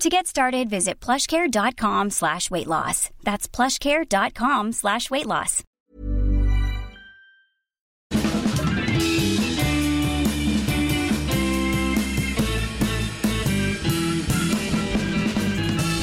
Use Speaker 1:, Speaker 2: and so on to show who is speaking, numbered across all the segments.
Speaker 1: To get started, visit plushcare.com slash weight loss. That's plushcare.com slash weight loss.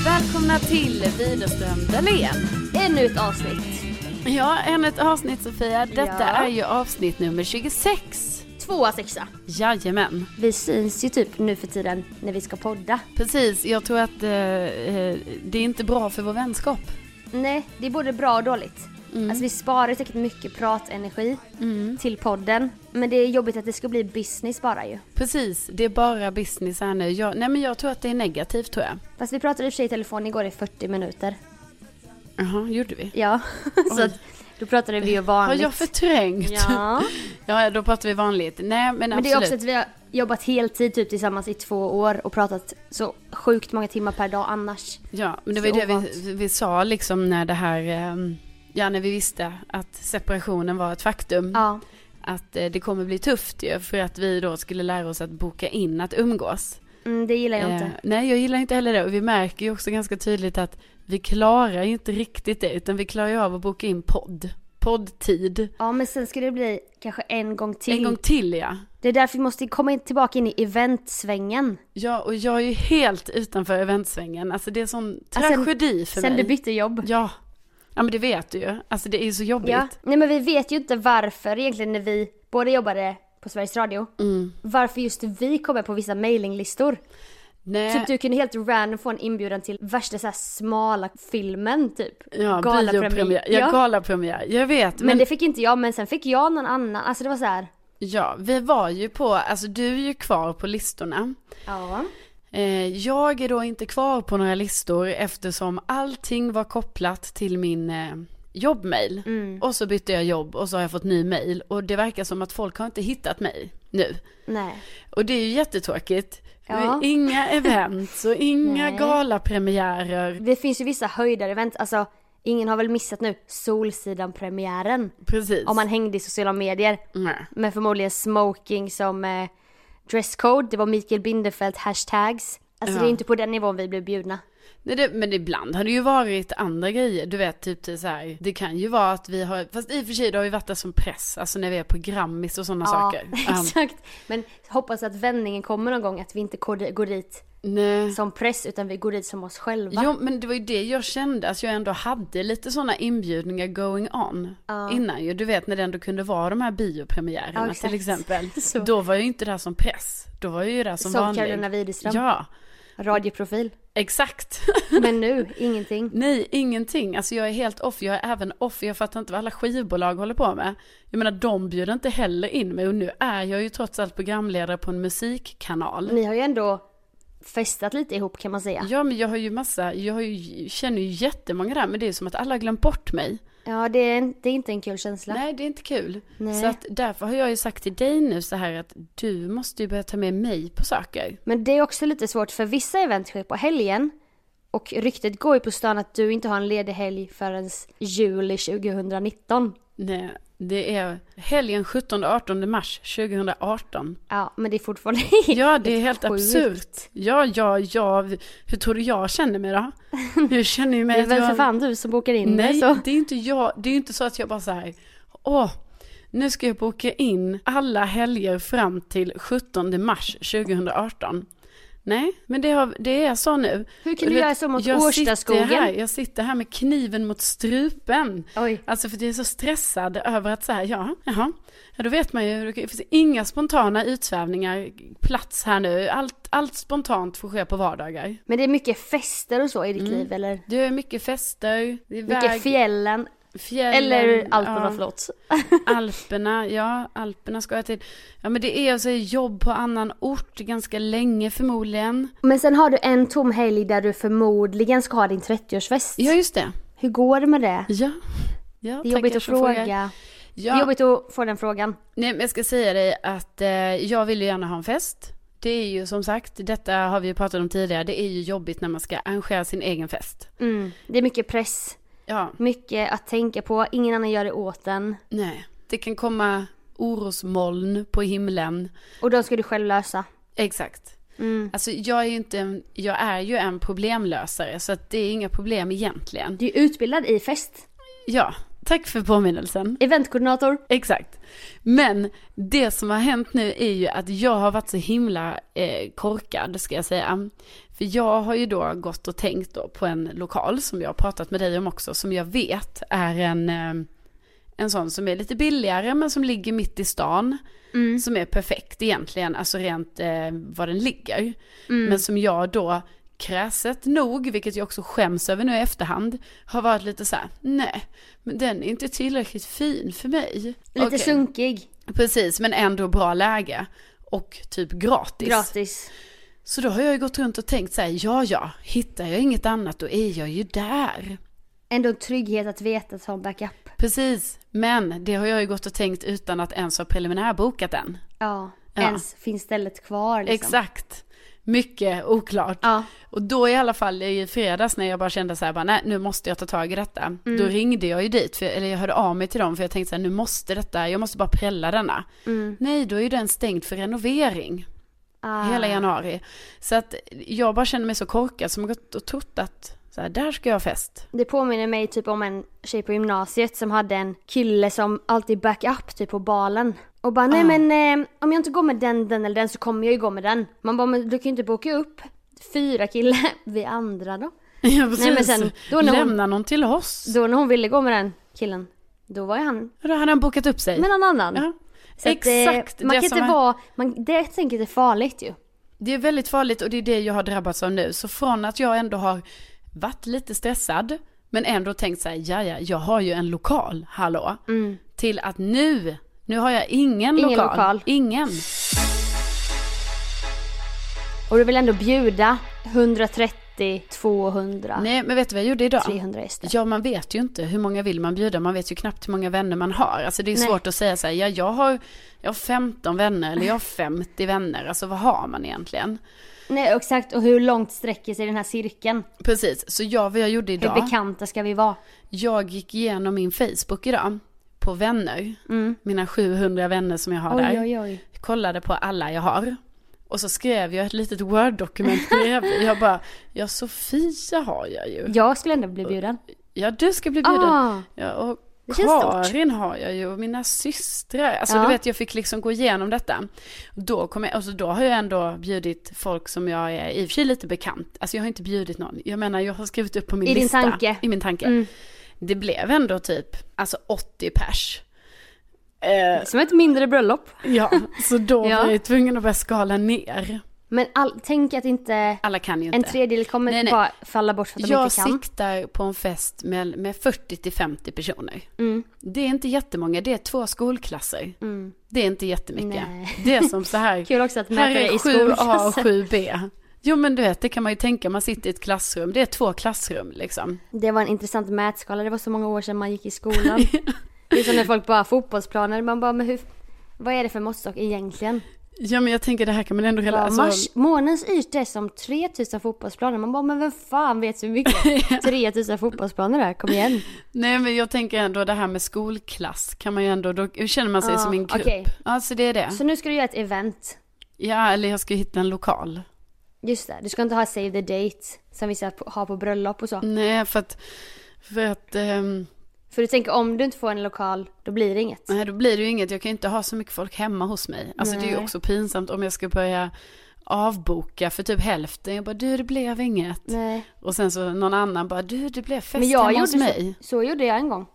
Speaker 2: Välkomna till Widerström Dahlén.
Speaker 3: Ännu ett avsnitt.
Speaker 2: Ja, ännu ett avsnitt Sofia. Detta
Speaker 3: Ja.
Speaker 2: är ju avsnitt nummer 26.
Speaker 3: Tvåa sexa.
Speaker 2: Jajamän.
Speaker 3: Vi syns ju typ nu för tiden när vi ska podda.
Speaker 2: Precis, jag tror att eh, eh, det är inte bra för vår vänskap.
Speaker 3: Nej, det är både bra och dåligt. Alltså vi sparar säkert mycket pratenergi till podden. Men det är jobbigt att det ska bli business bara ju.
Speaker 2: Precis, det är bara business här nu. Jag, nej men jag tror att det är negativt tror jag.
Speaker 3: Fast vi pratade i och för sig i telefon igår i 40 minuter.
Speaker 2: Jaha, gjorde vi?
Speaker 3: Ja, så att då pratade vi ju
Speaker 2: Eh, Har
Speaker 3: vanligt.
Speaker 2: jag förträngt?
Speaker 3: Ja,
Speaker 2: ja, då pratar vi vanligt. Nej men,
Speaker 3: men det
Speaker 2: absolut.
Speaker 3: är också att vi har jobbat heltid typ tillsammans i två år och pratat så sjukt många timmar per dag annars.
Speaker 2: Ja, men det
Speaker 3: Så
Speaker 2: var ju det
Speaker 3: ovant.
Speaker 2: vi, vi sa liksom när det här, ehm, ja när vi visste att separationen var ett faktum.
Speaker 3: Ja,
Speaker 2: att eh, det kommer bli tufft ju för att vi då skulle lära oss att boka in att umgås.
Speaker 3: mm, det gillar jag inte.
Speaker 2: Eh, nej, jag gillar inte heller det och vi märker ju också ganska tydligt att vi klarar ju inte riktigt det utan vi klarar ju av att boka in podd, poddtid.
Speaker 3: Ja men sen ska det bli kanske en gång till.
Speaker 2: En gång till ja.
Speaker 3: Det är därför vi måste komma in- tillbaka in i eventsvängen.
Speaker 2: Ja, och jag är ju helt utanför eventsvängen. Alltså det är sån
Speaker 3: Ja, sen-
Speaker 2: tragedi för
Speaker 3: Sen
Speaker 2: mig.
Speaker 3: du bytte jobb.
Speaker 2: Ja. Ja men det vet du ju. Alltså det är ju så jobbigt.
Speaker 3: Ja. Nej men vi vet ju inte varför egentligen när vi båda jobbade på Sveriges Radio.
Speaker 2: Mm.
Speaker 3: Varför just vi kommer på vissa mailinglistor.
Speaker 2: Nej.
Speaker 3: Typ du kunde helt random få en inbjudan till värsta så här smala filmen typ.
Speaker 2: Ja,
Speaker 3: Galapremiär.
Speaker 2: biopremiär. Ja,
Speaker 3: Ja.
Speaker 2: galapremiär. Jag vet.
Speaker 3: Men det fick inte jag men sen fick jag någon annan. Alltså det var så här.
Speaker 2: Ja, vi var ju på, alltså du är ju kvar på listorna.
Speaker 3: Ja.
Speaker 2: Eh, jag är då inte kvar på några listor eftersom allting var kopplat till min eh, jobbmail.
Speaker 3: Mm.
Speaker 2: Och så bytte jag jobb och så har jag fått ny mail. Och det verkar som att folk har inte hittat mig nu.
Speaker 3: Nej.
Speaker 2: Och det är ju jättetråkigt.
Speaker 3: Ja.
Speaker 2: Inga events och inga
Speaker 3: Nej.
Speaker 2: galapremiärer.
Speaker 3: Det finns ju vissa höjdarevent. Alltså ingen har väl missat nu Solsidan-premiären.
Speaker 2: Precis.
Speaker 3: Om man hängde i sociala medier.
Speaker 2: Nej.
Speaker 3: Men förmodligen smoking som eh, dresscode. Det var Mikael Binderfeldt hashtags. Alltså det
Speaker 2: Ja.
Speaker 3: är inte på den nivån vi blev bjudna.
Speaker 2: Nej, det, men ibland har det ju varit andra grejer, du vet typ till så här, det kan ju vara att vi har, fast i och för sig då har vi varit där som press, alltså när vi är på Grammis och sådana saker. Ja.
Speaker 3: exakt. Men hoppas att vändningen kommer någon gång, att vi inte går di- går dit
Speaker 2: Nej.
Speaker 3: som press utan vi går dit som oss själva.
Speaker 2: Jo men det var ju det jag kände, att jag ändå hade lite sådana inbjudningar going on innan ju, du vet när det ändå kunde vara de här
Speaker 3: Ja,
Speaker 2: biopremiärerna
Speaker 3: exakt.
Speaker 2: till exempel.
Speaker 3: Så.
Speaker 2: Då var jag ju inte där som press, då var jag ju där som,
Speaker 3: Som
Speaker 2: vanlig.
Speaker 3: Carolina Widerström.
Speaker 2: Ja.
Speaker 3: Radioprofil.
Speaker 2: Exakt.
Speaker 3: Men nu, ingenting.
Speaker 2: Nej, ingenting. Alltså jag är helt off. Jag är även off. Jag fattar inte vad alla skivbolag håller på med. Jag menar, de bjuder inte heller in mig. Och nu är jag ju trots allt programledare på en musikkanal.
Speaker 3: Ni har ju ändå festat lite ihop kan man säga.
Speaker 2: Ja, men jag har ju massa, jag har ju, känner ju jättemånga där, men det är som att alla har glömt bort mig.
Speaker 3: Ja, det är, en- det är inte en kul känsla.
Speaker 2: Nej, det är inte kul.
Speaker 3: Nej.
Speaker 2: Så att därför har jag ju sagt till dig nu så här att du måste ju börja ta med mig på saker.
Speaker 3: Men det är också lite svårt för vissa event sker på helgen. Och ryktet går ju på stan att du inte har en ledig helg förrän juli 2019.
Speaker 2: Nej, det är helgen 17-18 mars 2018.
Speaker 3: Ja, men det är fortfarande
Speaker 2: Ja, det är helt
Speaker 3: sjukt.
Speaker 2: absurt. Ja, ja, ja. Hur tror du jag känner mig då? Hur känner jag mig?
Speaker 3: Det är
Speaker 2: att
Speaker 3: väl för
Speaker 2: jag-
Speaker 3: fan du som bokar in det,
Speaker 2: Nej,
Speaker 3: så.
Speaker 2: det är inte jag. Det är ju inte så att jag bara så här, åh, nu ska jag boka in alla helger fram till 17 mars 2018. Nej, men det, har, det är så nu.
Speaker 3: Hur kan
Speaker 2: Och
Speaker 3: du
Speaker 2: vet,
Speaker 3: göra så mot
Speaker 2: jag
Speaker 3: Årstaskogen?
Speaker 2: Sitter här, jag sitter här med kniven mot strupen.
Speaker 3: Oj.
Speaker 2: Alltså för det är så stressad över att så här, ja, jaha, ja, då vet man ju, hur det- det finns inga spontana utsvävningar, plats här nu, allt, allt spontant får ske på vardagar.
Speaker 3: Men det är mycket fester och så i ditt liv eller?
Speaker 2: Det är mycket fester, det är
Speaker 3: Mycket
Speaker 2: Mm. väg,
Speaker 3: fjällen.
Speaker 2: fjällen,
Speaker 3: Eller Alperna,
Speaker 2: ja.
Speaker 3: förlåt.
Speaker 2: Alperna, ja, Alperna ska jag till. Ja, men det är alltså jobb på annan ort ganska länge förmodligen.
Speaker 3: Men sen har du en tom helg där du förmodligen ska ha din 30-årsfest.
Speaker 2: Ja, just det.
Speaker 3: Hur går det med det?
Speaker 2: Ja. ja
Speaker 3: Det är jobbigt
Speaker 2: tackar
Speaker 3: att
Speaker 2: som frågar.
Speaker 3: fråga. Det
Speaker 2: Ja,
Speaker 3: är jobbigt att få den frågan.
Speaker 2: Nej, men jag ska säga dig att eh, jag vill ju gärna ha en fest. Det är ju som sagt, detta har vi ju pratat om tidigare, det är ju jobbigt när man ska arrangera sin egen fest.
Speaker 3: Mm. Det är mycket press,
Speaker 2: Ja,
Speaker 3: mycket att tänka på, ingen annan gör det åt en.
Speaker 2: nej. Det kan komma orosmoln på himlen.
Speaker 3: Och de ska du själv lösa.
Speaker 2: Exakt.
Speaker 3: Mm.
Speaker 2: Alltså jag är ju inte en, jag är ju en problemlösare så att det är inga problem egentligen.
Speaker 3: Du är utbildad i fest.
Speaker 2: Ja, tack för påminnelsen.
Speaker 3: Eventkoordinator.
Speaker 2: Exakt. Men det som har hänt nu är ju att jag har varit så himla eh, korkad ska jag säga. För jag har ju då gått och tänkt då på en lokal som jag har pratat med dig om också som jag vet är en, eh, en sån som är lite billigare men som ligger mitt i stan. Som är perfekt egentligen, alltså rent eh, var den ligger. Men som jag då kräset nog, vilket jag också skäms över nu i efterhand, har varit lite så här: nej, men den är inte tillräckligt fin för mig.
Speaker 3: Lite
Speaker 2: Okej.
Speaker 3: sunkig.
Speaker 2: Precis, men ändå bra läge. Och typ gratis.
Speaker 3: Gratis.
Speaker 2: Så då har jag ju gått runt och tänkt så här, ja ja, hittar jag inget annat då är jag ju där.
Speaker 3: Ändå en trygghet att veta att ha en backup.
Speaker 2: Precis, men det har jag ju gått och tänkt utan att ens ha preliminärbokat än.
Speaker 3: Ja.
Speaker 2: Ja.
Speaker 3: Ens finns stället kvar liksom.
Speaker 2: Exakt. Mycket oklart.
Speaker 3: Ja.
Speaker 2: Och då i alla fall i fredags när jag bara kände så här, bara, nej nu måste jag ta tag i detta.
Speaker 3: Mm.
Speaker 2: Då ringde jag ju dit, för, eller jag hörde av mig till dem för jag tänkte så här, nu måste detta, jag måste bara prälla denna.
Speaker 3: Mm.
Speaker 2: Nej, då är ju den stängd för renovering.
Speaker 3: Ah.
Speaker 2: hela januari. Så att jag bara känner mig så korkad som har gått och trott att så här, där ska jag ha fest.
Speaker 3: Det påminner mig typ om en tjej på gymnasiet som hade en kille som alltid backup typ på balen. Och bara
Speaker 2: Ah."
Speaker 3: nej men eh, om jag inte går med den, den eller den så kommer jag ju gå med den. Man bara men du kan ju inte boka upp fyra killar, vi andra då.
Speaker 2: Ja, precis.
Speaker 3: men sen, då när hon-
Speaker 2: Lämna någon till oss. Då,
Speaker 3: Då när hon ville gå med den killen, då var ju han
Speaker 2: hade han bokat upp sig.
Speaker 3: med någon annan.
Speaker 2: ja.
Speaker 3: Så att, eh,
Speaker 2: Exakt.
Speaker 3: man
Speaker 2: det,
Speaker 3: kan
Speaker 2: som
Speaker 3: inte
Speaker 2: är,
Speaker 3: vara, man, det tänket är farligt ju.
Speaker 2: det är väldigt farligt och det är det jag har drabbats av nu. Så från att jag ändå har varit lite stressad men ändå tänkt så här, ja ja, jag har ju en lokal, hallå. Till att nu, nu har jag ingen,
Speaker 3: Mm. Ingen
Speaker 2: lokal.
Speaker 3: lokal.
Speaker 2: Ingen.
Speaker 3: Och du vill ändå bjuda 130, 200,
Speaker 2: Nej, men vet du vad jag gjorde idag?
Speaker 3: 300 gäster.
Speaker 2: Ja, man vet ju inte hur många vill man bjuda. Man vet ju knappt hur många vänner man har. Alltså det är
Speaker 3: Nej.
Speaker 2: svårt att säga så här, ja, jag har, jag har 15 vänner eller jag har 50 vänner. Alltså vad har man egentligen?
Speaker 3: Nej exakt och hur långt sträcker sig den här cirkeln?
Speaker 2: Precis, så jag, vad jag gjorde
Speaker 3: Hur
Speaker 2: idag,
Speaker 3: bekanta ska vi vara?
Speaker 2: jag gick igenom min Facebook idag på vänner. Mina 700 vänner som jag har där.
Speaker 3: Mm. Oj, oj, oj.
Speaker 2: kollade på alla jag har. Och så skrev jag ett litet Word-dokument bredvid. Jag bara, ja Sofia har jag ju.
Speaker 3: Jag skulle ändå bli bjuden.
Speaker 2: Ja, du ska bli bjuden.
Speaker 3: Ah.
Speaker 2: Ja, och
Speaker 3: Det känns stort.
Speaker 2: Karin har jag ju och mina systrar. Alltså
Speaker 3: Ja.
Speaker 2: du vet, jag fick liksom gå igenom detta. Då, kom jag, alltså, då har jag ändå bjudit folk som jag är i och för sig lite bekant. Alltså jag har inte bjudit någon. Jag menar, jag har skrivit upp på min
Speaker 3: I din
Speaker 2: lista.
Speaker 3: tanke.
Speaker 2: I min tanke.
Speaker 3: Mm.
Speaker 2: Det blev ändå typ, alltså 80 pers. Eh,
Speaker 3: Som ett mindre bröllop.
Speaker 2: ja, så då
Speaker 3: Ja.
Speaker 2: var jag ju tvungen att börja skala ner.
Speaker 3: Men all, tänk att inte
Speaker 2: Alla kan ju inte.
Speaker 3: en tredjedel kommer
Speaker 2: Nej, nej.
Speaker 3: bara falla bort för att de
Speaker 2: jag
Speaker 3: inte kan.
Speaker 2: siktar på en fest med, med 40 till 50 personer.
Speaker 3: Mm.
Speaker 2: Det är inte jättemånga, det är två skolklasser. Det är inte jättemycket.
Speaker 3: Nej.
Speaker 2: Det är som så här,
Speaker 3: Kul också att mäta
Speaker 2: här
Speaker 3: det
Speaker 2: är
Speaker 3: i
Speaker 2: 7A och
Speaker 3: skolklasser.
Speaker 2: 7B. Jo men du vet, det kan man ju tänka, man sitter i ett klassrum, det är två klassrum liksom.
Speaker 3: Det var en intressant mätskala, det var så många år sedan man gick i skolan. det är som när folk bara har fotbollsplaner, man bara men hur, vad är det för måttstock egentligen?
Speaker 2: Ja men jag tänker det här kan man ändå
Speaker 3: Bara,
Speaker 2: hela, alltså,
Speaker 3: mars, månens yta är som 3000 fotbollsplaner, man bara men vem fan vet hur mycket 3000 fotbollsplaner är, kom igen.
Speaker 2: Nej men jag tänker ändå det här med skolklass kan man ju ändå, då känner man sig
Speaker 3: Ja,
Speaker 2: som en grupp.
Speaker 3: okej.
Speaker 2: Ja så det är det.
Speaker 3: Så nu ska du göra ett event.
Speaker 2: Ja eller jag ska hitta en lokal.
Speaker 3: Just det, du ska inte ha save the date som vissa på- har på bröllop och så.
Speaker 2: Nej för att, för att ehm,
Speaker 3: För du tänker om du inte får en lokal, då blir det inget.
Speaker 2: Nej, då blir det ju inget. Jag kan ju inte ha så mycket folk hemma hos mig. Alltså det är ju också pinsamt om jag ska börja avboka för typ hälften. Jag bara, du det blev inget.
Speaker 3: Nej.
Speaker 2: Och sen så någon annan bara, du det blev fest
Speaker 3: Men jag
Speaker 2: hemma hos
Speaker 3: gjorde
Speaker 2: mig.
Speaker 3: så, så gjorde jag en gång.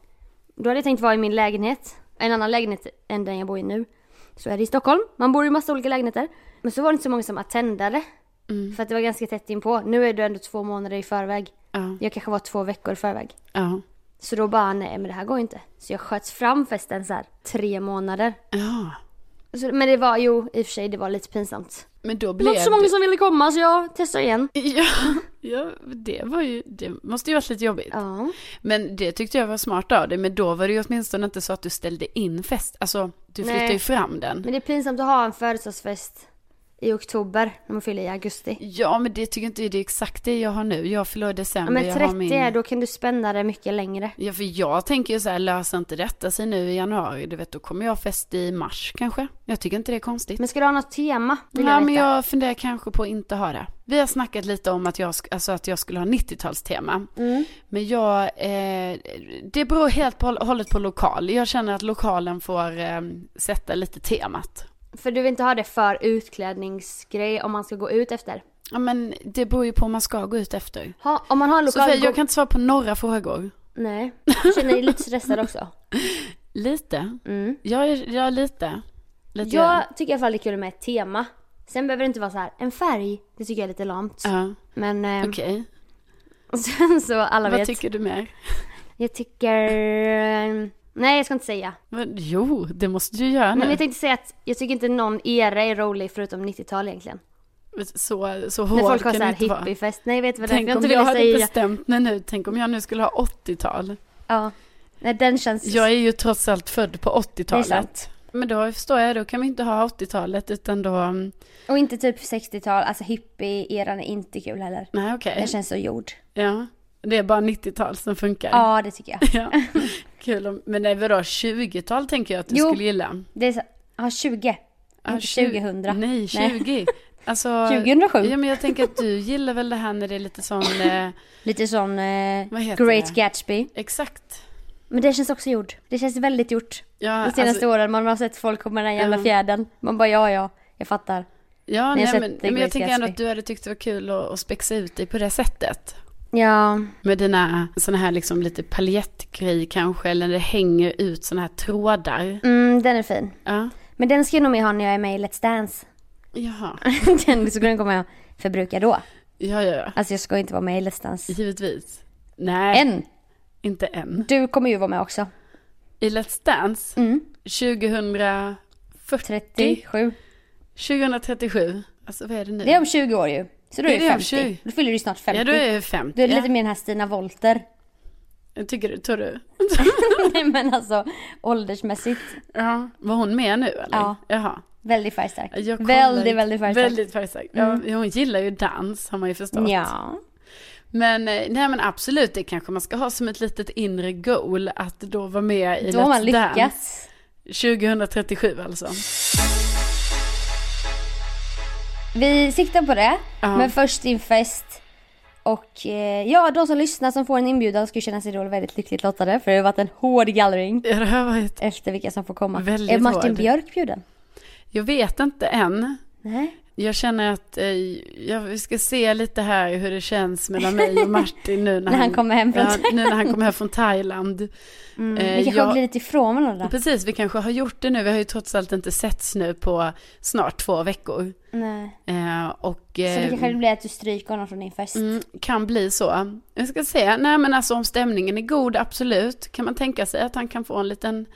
Speaker 3: Då hade jag tänkt vara i min lägenhet. En annan lägenhet än den jag bor i nu. Så är det i Stockholm. Man bor i massa olika lägenheter. Men så var det inte så många som attendade.
Speaker 2: Mm.
Speaker 3: För att det var ganska tätt inpå. Nu är du ändå två månader i förväg.
Speaker 2: Ja,
Speaker 3: Jag kanske var två veckor i förväg.
Speaker 2: ja,
Speaker 3: Så då bara, nej men det här går ju inte. Så jag sköts fram festen så här tre månader.
Speaker 2: ja.
Speaker 3: Så, men det var, jo i och för sig det var lite pinsamt.
Speaker 2: Men då
Speaker 3: Det var
Speaker 2: blev
Speaker 3: inte så många
Speaker 2: det...
Speaker 3: som ville komma så jag testar igen.
Speaker 2: Ja, ja, det var ju, det måste ju varit lite jobbigt.
Speaker 3: Ja.
Speaker 2: Men det tyckte jag var smart av dig, men då var det ju åtminstone inte så att du ställde in fest, alltså du
Speaker 3: Nej.
Speaker 2: flyttade ju fram den.
Speaker 3: Men det är pinsamt att ha en födelsedagsfest i oktober när man fyller i augusti.
Speaker 2: Ja, men det tycker inte det är exakt det jag har nu, jag fyller i
Speaker 3: Ja,
Speaker 2: december,
Speaker 3: men
Speaker 2: jag
Speaker 3: 30
Speaker 2: har min...
Speaker 3: är då kan du spänna det mycket längre.
Speaker 2: Ja, för jag tänker ju så här, löser inte detta sig nu i januari, du vet, då kommer jag fest i mars kanske. Jag tycker inte det är konstigt.
Speaker 3: Men ska du ha något tema? Vill
Speaker 2: ja,
Speaker 3: jag
Speaker 2: men
Speaker 3: veta.
Speaker 2: jag funderar kanske på att inte ha det. Vi har snackat lite om att jag, sk- alltså att jag skulle ha 90-talstema.
Speaker 3: Mm.
Speaker 2: Men jag, eh, det beror helt på, hållet på lokal. Jag känner att lokalen får eh, sätta lite temat.
Speaker 3: För du vill inte ha det för utklädningsgrej om man ska gå ut efter.
Speaker 2: Ja, men det beror ju på om man ska gå ut efter.
Speaker 3: Ha, om man har en lokal...
Speaker 2: Sofia,
Speaker 3: gå-
Speaker 2: jag kan inte svara på några frågor.
Speaker 3: Nej. Jag känner dig lite stressad också.
Speaker 2: Lite? Jag, är, jag är Mm. lite. lite
Speaker 3: Jag tycker i alla fall det är kul med ett tema. Sen behöver det inte vara så här, en färg. Det tycker jag är lite lamt.
Speaker 2: Ja,
Speaker 3: Men eh,
Speaker 2: okej.
Speaker 3: sen så alla
Speaker 2: Vad
Speaker 3: vet.
Speaker 2: tycker du mer?
Speaker 3: jag tycker... eh, Nej, jag ska inte säga.
Speaker 2: Men, jo, det måste du göra
Speaker 3: Men
Speaker 2: nu.
Speaker 3: jag tänkte säga att jag tycker inte någon era är rolig förutom 90-tal egentligen.
Speaker 2: Så, så
Speaker 3: När
Speaker 2: hård
Speaker 3: folk har
Speaker 2: kan
Speaker 3: så
Speaker 2: det
Speaker 3: här
Speaker 2: inte vara.
Speaker 3: hippiefest. Nej, jag vet vad det är.
Speaker 2: Tänk
Speaker 3: Jag
Speaker 2: om
Speaker 3: inte
Speaker 2: jag
Speaker 3: ville
Speaker 2: hade
Speaker 3: säga.
Speaker 2: bestämt mig nu, tänk om jag nu skulle ha 80-tal.
Speaker 3: Ja. Nej, den känns...
Speaker 2: Jag är ju trots allt född på
Speaker 3: Det är sant.
Speaker 2: 80-talet. Men då förstår jag, då kan vi inte ha 80-talet utan då, mm,
Speaker 3: Och inte typ 60-tal. Alltså hippie-eran är inte kul heller.
Speaker 2: nej okej.
Speaker 3: Den känns så gjord.
Speaker 2: Ja, det är bara 90-tal som funkar.
Speaker 3: Ja, det tycker jag.
Speaker 2: Ja. Kul om, men nej vadå, 20-tal tänker jag att du
Speaker 3: Jo.
Speaker 2: skulle gilla.
Speaker 3: Det är så... Ja, 20.
Speaker 2: Ja,
Speaker 3: inte
Speaker 2: tju-
Speaker 3: 2000.
Speaker 2: Nej, 20. Alltså,
Speaker 3: 2007.
Speaker 2: Ja, men jag tänker att du gillar väl det här när det är lite sån, eh,
Speaker 3: Lite sån eh,
Speaker 2: Vad heter
Speaker 3: Great
Speaker 2: det?
Speaker 3: Gatsby.
Speaker 2: exakt.
Speaker 3: Men det känns också gjort. Det känns väldigt gjort.
Speaker 2: Ja,
Speaker 3: De senaste
Speaker 2: alltså-
Speaker 3: åren man har sett folk komma med den jävla
Speaker 2: Ja.
Speaker 3: fjädern. Man bara ja, ja. Jag fattar.
Speaker 2: Ja,
Speaker 3: jag
Speaker 2: nej,
Speaker 3: har sett
Speaker 2: men,
Speaker 3: The
Speaker 2: men jag
Speaker 3: Great
Speaker 2: tänker ändå
Speaker 3: Gatsby.
Speaker 2: att du hade tyckt det var kul att, att spexa ut dig på det sättet.
Speaker 3: Ja.
Speaker 2: Med dina sådana här liksom lite paljettgrej kanske, eller det hänger ut sådana här trådar.
Speaker 3: Mm, den är fin.
Speaker 2: Ja,
Speaker 3: Men den ska jag nog med ha när jag är med i Let's Dance.
Speaker 2: jaha.
Speaker 3: den, så den kommer jag förbruka då.
Speaker 2: Ja, ja, ja.
Speaker 3: Alltså jag ska inte vara med i Let's Dance.
Speaker 2: Givetvis. Nej,
Speaker 3: Än.
Speaker 2: inte än.
Speaker 3: Du kommer ju vara med också.
Speaker 2: I Let's Dance,
Speaker 3: Mm.
Speaker 2: 2040,
Speaker 3: 37.
Speaker 2: 2037. Alltså vad är det nu?
Speaker 3: Det är om 20 år ju. Så då
Speaker 2: Ja,
Speaker 3: är du
Speaker 2: det är om
Speaker 3: 50.
Speaker 2: 20.
Speaker 3: Då fyller du snart 50.
Speaker 2: Ja, du är 50.
Speaker 3: Du är lite mer den här Stina Volter.
Speaker 2: ja. Tycker du, tror du?
Speaker 3: Nej men alltså åldersmässigt.
Speaker 2: Ja. Var hon med nu eller?
Speaker 3: Ja.
Speaker 2: Jaha.
Speaker 3: Väldigt färgstark.
Speaker 2: Jag kollar
Speaker 3: Väldigt,
Speaker 2: inte.
Speaker 3: väldigt färgstark. Mm.
Speaker 2: Väldigt färgstark. Ja, hon gillar ju dans har man ju förstått.
Speaker 3: Ja.
Speaker 2: Men, eh, nej, men absolut, det kanske man ska ha som ett litet inre goal att då vara med i
Speaker 3: Då har man
Speaker 2: Let's Dance.
Speaker 3: lyckats.
Speaker 2: 2037 alltså.
Speaker 3: Vi siktar på det.
Speaker 2: Ja.
Speaker 3: Men först din fest. Och eh, ja, de som lyssnar som får en inbjudan ska ju känna sig då väldigt lyckligt lottade. För det har varit en hård gallring
Speaker 2: Ja, det har varit,
Speaker 3: efter vilka som får komma.
Speaker 2: Väldigt
Speaker 3: är Martin
Speaker 2: hård.
Speaker 3: Björk bjuden?
Speaker 2: jag vet inte än.
Speaker 3: Nej.
Speaker 2: Jag känner att eh, jag vi ska se lite här hur det känns mellan mig och Martin nu när,
Speaker 3: När han kommer hem från
Speaker 2: ja, nu när han kommer hem från Thailand.
Speaker 3: Mm.
Speaker 2: Eh,
Speaker 3: vi kanske
Speaker 2: jag-
Speaker 3: har glidit ifrån varandra.
Speaker 2: Precis, vi kanske har gjort det nu. Vi har ju trots allt inte setts nu på snart två veckor.
Speaker 3: Nej.
Speaker 2: Eh, och,
Speaker 3: Så det
Speaker 2: eh,
Speaker 3: kanske blir att du stryker honom från din fest.
Speaker 2: Mm, kan bli så. Jag ska se. Nej men alltså om stämningen är god, absolut. Kan man tänka sig att han kan få en liten...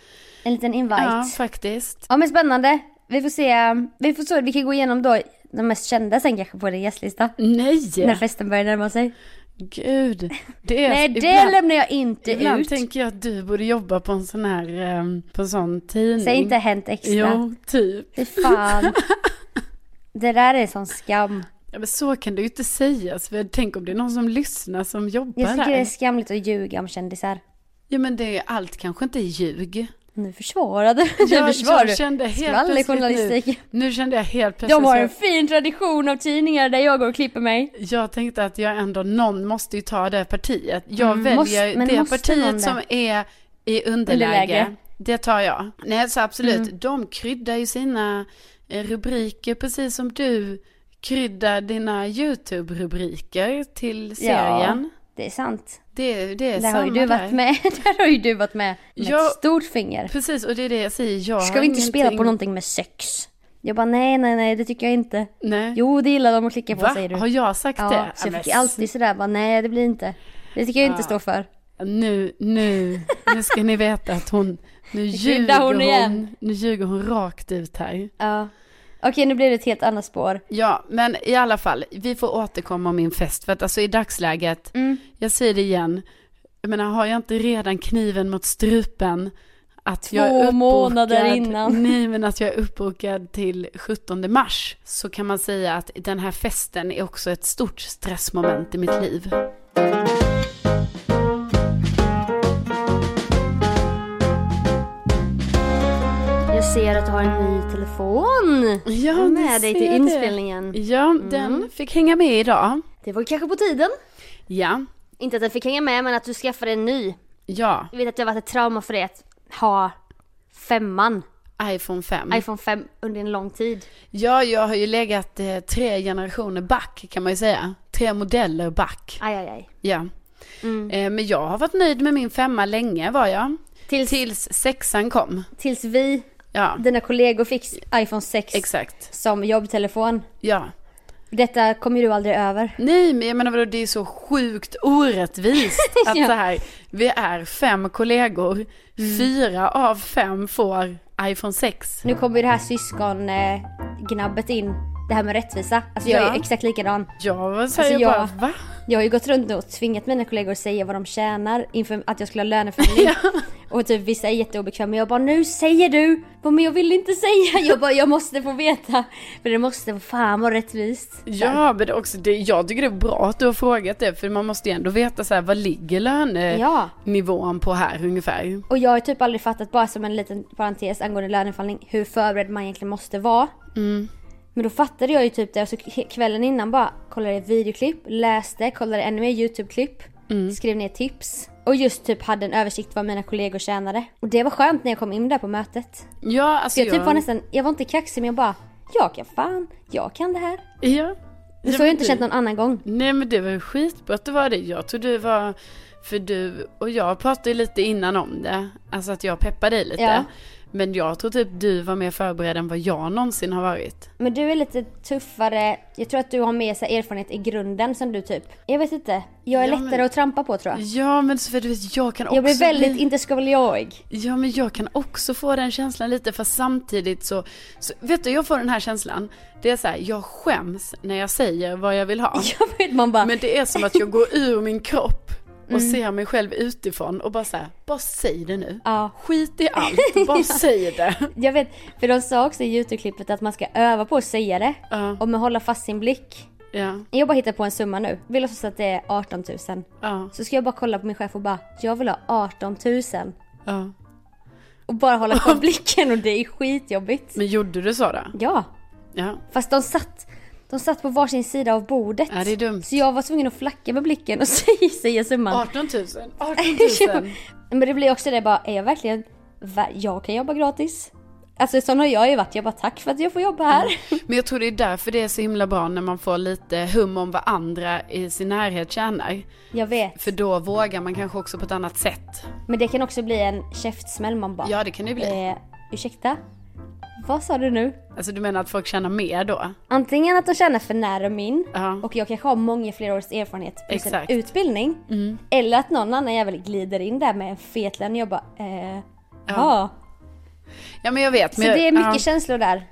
Speaker 3: En liten invite.
Speaker 2: Ja,
Speaker 3: Ja,
Speaker 2: faktiskt.
Speaker 3: men spännande. Vi får se. Vi får se. Vi kan gå igenom då de mest kända sen kanske på din gästlista.
Speaker 2: Nej!
Speaker 3: När festen börjar närma sig.
Speaker 2: Gud. Det är,
Speaker 3: Nej, det
Speaker 2: ibland,
Speaker 3: lämnar jag inte
Speaker 2: ibland
Speaker 3: ut.
Speaker 2: tänker jag att du borde jobba på en sån här, ehm, på en sån tidning.
Speaker 3: Säg inte Hänt Extra.
Speaker 2: Jo, typ.
Speaker 3: Fy fan. det där är sån skam.
Speaker 2: Ja, men så kan det ju inte sägas. För tänk om det är någon som lyssnar som jobbar
Speaker 3: Jag tycker det är
Speaker 2: där.
Speaker 3: skamligt att ljuga om kändisar.
Speaker 2: Ja men det är allt kanske inte är ljug.
Speaker 3: Nu försvarar du.
Speaker 2: Jag-
Speaker 3: Nu försvarar
Speaker 2: jag
Speaker 3: du.
Speaker 2: kände helt
Speaker 3: Skvaller
Speaker 2: plötsligt
Speaker 3: journalistik.
Speaker 2: Nu, nu kände jag helt plötsligt.
Speaker 3: De har
Speaker 2: så-
Speaker 3: en fin tradition av tidningar där jag går och klipper mig.
Speaker 2: Jag tänkte att jag ändå, någon måste ju ta det partiet. Jag
Speaker 3: Mm,
Speaker 2: väljer
Speaker 3: måste- men
Speaker 2: det
Speaker 3: måste någon
Speaker 2: partiet
Speaker 3: det?
Speaker 2: som är i underläge.
Speaker 3: Underläge. Mm.
Speaker 2: Det tar jag. Nej, så absolut. De kryddar ju sina eh, rubriker precis som du kryddar dina YouTube-rubriker till serien.
Speaker 3: Det är sant.
Speaker 2: Det, det är
Speaker 3: Där
Speaker 2: samma
Speaker 3: har ju du varit
Speaker 2: där.
Speaker 3: med. Där har ju du varit med med
Speaker 2: Ja.
Speaker 3: ett stort finger.
Speaker 2: Precis, och det är det jag säger. Jag
Speaker 3: Ska
Speaker 2: har
Speaker 3: vi inte spela på
Speaker 2: ingenting-
Speaker 3: någonting med sex? Jag bara nej, nej, nej, det tycker jag inte.
Speaker 2: Nej.
Speaker 3: Jo, det gillar de att klicka på
Speaker 2: Va?
Speaker 3: säger du.
Speaker 2: Har jag sagt det?
Speaker 3: ja, så
Speaker 2: men Ah.
Speaker 3: jag fick alltid sådär bara nej, det blir inte. Det tycker jag inte står för.
Speaker 2: Nu, nu, nu ska ni veta att hon, nu ljuger
Speaker 3: kryddar hon
Speaker 2: hon,
Speaker 3: igen.
Speaker 2: nu ljuger hon rakt ut här.
Speaker 3: Ja. Okej, nu blir det ett helt annat spår.
Speaker 2: Ja, men i alla fall, vi får återkomma om min fest, för att alltså i dagsläget,
Speaker 3: Mm.
Speaker 2: jag säger det igen, jag menar har jag inte redan kniven mot strupen att jag är
Speaker 3: Två
Speaker 2: uppbokad,
Speaker 3: månader innan.
Speaker 2: Nej, men att jag är uppbokad till 17 mars, så kan man säga att den här festen är också ett stort stressmoment i mitt liv.
Speaker 4: Jag ser att du har en ny telefon.
Speaker 2: Ja,
Speaker 4: Jag har
Speaker 2: du
Speaker 4: med dig till
Speaker 2: ser det.
Speaker 4: inspelningen. Mm.
Speaker 2: Ja, den fick hänga med idag.
Speaker 4: Det var kanske på tiden.
Speaker 2: Ja,
Speaker 4: Inte att den fick hänga med men att du skaffade en ny.
Speaker 2: ja,
Speaker 4: Jag vet att det har varit ett trauma för dig att ha femman,
Speaker 2: iPhone 5.
Speaker 3: Mm.
Speaker 4: iPhone 5 under en lång tid.
Speaker 2: Ja, jag har ju legat eh, tre generationer back kan man ju säga. Tre modeller back.
Speaker 4: Aj, aj, aj.
Speaker 2: Ja.
Speaker 4: Mm.
Speaker 2: Eh, men jag har varit nöjd med min femma länge var jag.
Speaker 4: Tills,
Speaker 2: Tills sexan kom.
Speaker 3: Tills vi,
Speaker 2: Ja,
Speaker 3: dina kollegor, fick iPhone 6
Speaker 2: exakt.
Speaker 3: som jobbtelefon.
Speaker 2: Ja.
Speaker 3: Detta kommer ju du aldrig över.
Speaker 2: Nej, men jag menar vadå, det är så sjukt orättvist att
Speaker 3: Ja.
Speaker 2: så här, vi är fem kollegor,
Speaker 4: Mm.
Speaker 2: fyra av fem får iPhone 6.
Speaker 3: Nu kommer ju det här syskongnabbet in. Det här med rättvisa. Alltså jag är
Speaker 2: Ja.
Speaker 3: ju exakt likadan.
Speaker 2: Jag säger
Speaker 3: Alltså,
Speaker 2: bara,
Speaker 3: jag-
Speaker 2: va?
Speaker 3: Jag har ju gått runt och tvingat mina kollegor att säga vad de tjänar inför att jag skulle ha löneförhandling. Och typ vissa är jätteobekväma. Jag bara nu säger du! Bara, Men jag vill inte säga! Jag bara jag måste få veta. För det måste fan vara rättvist.
Speaker 2: Ja, men det är också, det, jag tycker det är bra att du har frågat det, för man måste ju ändå veta så här, vad ligger
Speaker 3: Ja.
Speaker 2: lönenivån på här ungefär?
Speaker 3: Och jag har typ aldrig fattat, bara som en liten parentes angående löneförhandling, hur förberedd man egentligen måste vara.
Speaker 2: Mm.
Speaker 3: Men då fattade jag ju typ det och så k- kvällen innan bara kollade jag videoklipp, läste, kollade ännu mer YouTube-klipp,
Speaker 2: Mm.
Speaker 3: skrev ner tips. Och just typ hade en översikt vad mina kollegor tjänade. Och det var skönt när jag kom in där på mötet.
Speaker 2: Ja, alltså
Speaker 3: Jag typ var nästan, jag var inte kaxig men jag bara, jag kan fan, jag kan det här.
Speaker 2: Ja.
Speaker 3: Det så har jag inte känt någon annan gång.
Speaker 2: Nej men det var ju skitbra att du var det. Jag tror du var, för du och jag pratade ju lite innan om det. Alltså att jag peppade dig lite.
Speaker 3: Ja.
Speaker 2: Men jag tror typ du var mer förberedd än vad jag någonsin har varit.
Speaker 3: Men du är lite tuffare, jag tror att du har med sig erfarenhet i grunden som du typ, jag vet inte, jag är
Speaker 2: Ja, men-
Speaker 3: lättare att trampa på tror jag.
Speaker 2: Ja men så för du vet, jag kan också
Speaker 3: Jag blir väldigt
Speaker 2: bli-
Speaker 3: inte skavljag.
Speaker 2: Ja men jag kan också få den känslan lite fast samtidigt så, så vet du jag får den här känslan. Det är så här, jag skäms när jag säger vad jag vill ha.
Speaker 3: Jag vet man bara,
Speaker 2: Men det är som att jag går ur min kropp och ser mig själv utifrån och bara såhär, bara säg det nu.
Speaker 3: Ja.
Speaker 2: Skit i allt, bara säg det.
Speaker 3: jag vet, för de sa också i Youtube-klippet att man ska öva på att säga det.
Speaker 2: Ja.
Speaker 3: Och man hålla fast sin blick.
Speaker 2: Ja,
Speaker 3: Jag bara hittar på en summa nu, vill låtsas att det är 18 000.
Speaker 2: ja,
Speaker 3: Så ska jag bara kolla på min chef och bara, jag vill ha 18 000.
Speaker 2: ja.
Speaker 3: Och bara hålla kvar blicken och det är skitjobbigt.
Speaker 2: Men gjorde du så då?
Speaker 3: Ja,
Speaker 2: Ja.
Speaker 3: fast de satt, de satt på varsin sida av bordet.
Speaker 2: Ja, det är dumt.
Speaker 3: Så jag var tvungen att flacka med blicken och säga, säga summan.
Speaker 2: 18 000, 18 000.
Speaker 3: Men det blir också det bara, är jag verkligen, vä- jag kan jobba gratis. Alltså sån har jag ju varit, jag bara tack för att jag får jobba här.
Speaker 2: Men jag tror det är därför det är så himla bra när man får lite hum om vad andra i sin närhet tjänar.
Speaker 3: Jag vet.
Speaker 2: För då vågar man kanske också på ett annat sätt.
Speaker 3: Men det kan också bli en käftsmäll man bara.
Speaker 2: Ja, det kan det ju bli.
Speaker 3: Eh, ursäkta? Vad sa du nu?
Speaker 2: Alltså du menar att folk tjänar mer då?
Speaker 3: Antingen att de känner för nära min
Speaker 2: Ja.
Speaker 3: och jag kanske har många fler års erfarenhet plus en
Speaker 2: Exakt. Mm.
Speaker 3: utbildning. Eller att någon annan jävel glider in där med en fet lön och jag bara eh, ja.
Speaker 2: Ja men jag vet.
Speaker 3: Så
Speaker 2: men jag,
Speaker 3: det är mycket
Speaker 2: ja.
Speaker 3: känslor där.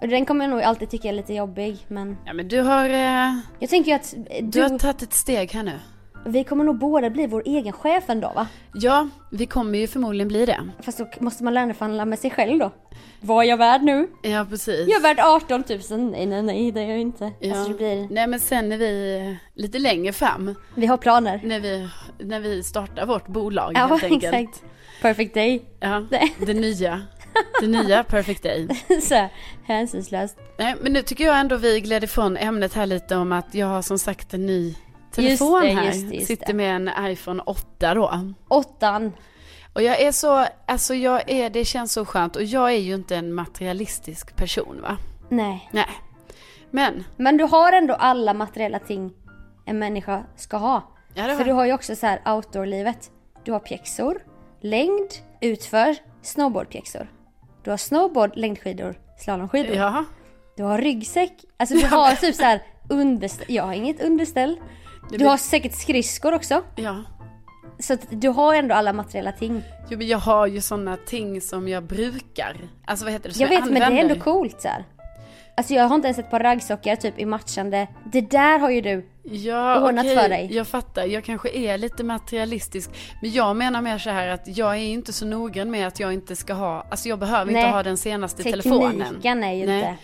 Speaker 3: Och den kommer jag nog alltid tycka är lite jobbig men
Speaker 2: Ja men du har, eh,
Speaker 3: jag tänker ju att eh,
Speaker 2: du
Speaker 3: du,
Speaker 2: har tagit ett steg här nu.
Speaker 3: vi kommer nog båda bli vår egen chef en dag va?
Speaker 2: Ja, vi kommer ju förmodligen bli det.
Speaker 3: Fast då måste man löneförhandla med sig själv då. Vad är jag värd nu?
Speaker 2: Ja precis.
Speaker 3: Jag är värd 18 000. Nej nej nej det är jag inte.
Speaker 2: Ja.
Speaker 3: Alltså det blir,
Speaker 2: Nej men sen när vi, eh, lite längre fram,
Speaker 3: vi har planer.
Speaker 2: när vi, när vi startar vårt bolag
Speaker 3: Ja
Speaker 2: helt enkelt.
Speaker 3: exakt. Perfect day.
Speaker 2: Ja,
Speaker 3: Nej.
Speaker 2: det nya. Det nya Perfect Day.
Speaker 3: så här, hänsynslöst.
Speaker 2: Nej, men nu tycker jag ändå vi gled ifrån ämnet här lite om att jag har som sagt en ny telefon
Speaker 3: det,
Speaker 2: här.
Speaker 3: just det, just
Speaker 2: Sitter
Speaker 3: det.
Speaker 2: med en iPhone 8 då.
Speaker 3: Åttan.
Speaker 2: Och jag är så, alltså jag är, det känns så skönt och jag är ju inte en materialistisk person va.
Speaker 3: Nej.
Speaker 2: Nej. Men,
Speaker 3: Men du har ändå alla materiella ting en människa ska ha.
Speaker 2: Ja, det har
Speaker 3: För du har ju också så här outdoor-livet. Du har pjäxor, längd, utför, snowboardpjäxor. Du har snowboard, längdskidor, slalomskidor.
Speaker 2: ja.
Speaker 3: Du har ryggsäck. Alltså du har typ så här underställ. Jag har inget underställ. Du har säkert skridskor också.
Speaker 2: Ja.
Speaker 3: Så att du har ändå alla materiella ting.
Speaker 2: Jo, men jag har ju sådana ting som jag brukar. Alltså vad heter det? Som
Speaker 3: Jag vet men det är
Speaker 2: använder.
Speaker 3: ändå coolt så här. Alltså jag har inte ens ett par raggsockor typ i matchande. Det där har ju du.
Speaker 2: Ja,
Speaker 3: ordnat
Speaker 2: okej,
Speaker 3: för dig.
Speaker 2: Jag fattar, jag kanske är lite materialistisk. Men jag menar mer så här att jag är inte så noggrann med att jag inte ska ha, alltså jag behöver
Speaker 3: Nej,
Speaker 2: inte ha den senaste telefonen.
Speaker 3: Tekniken är ju inte.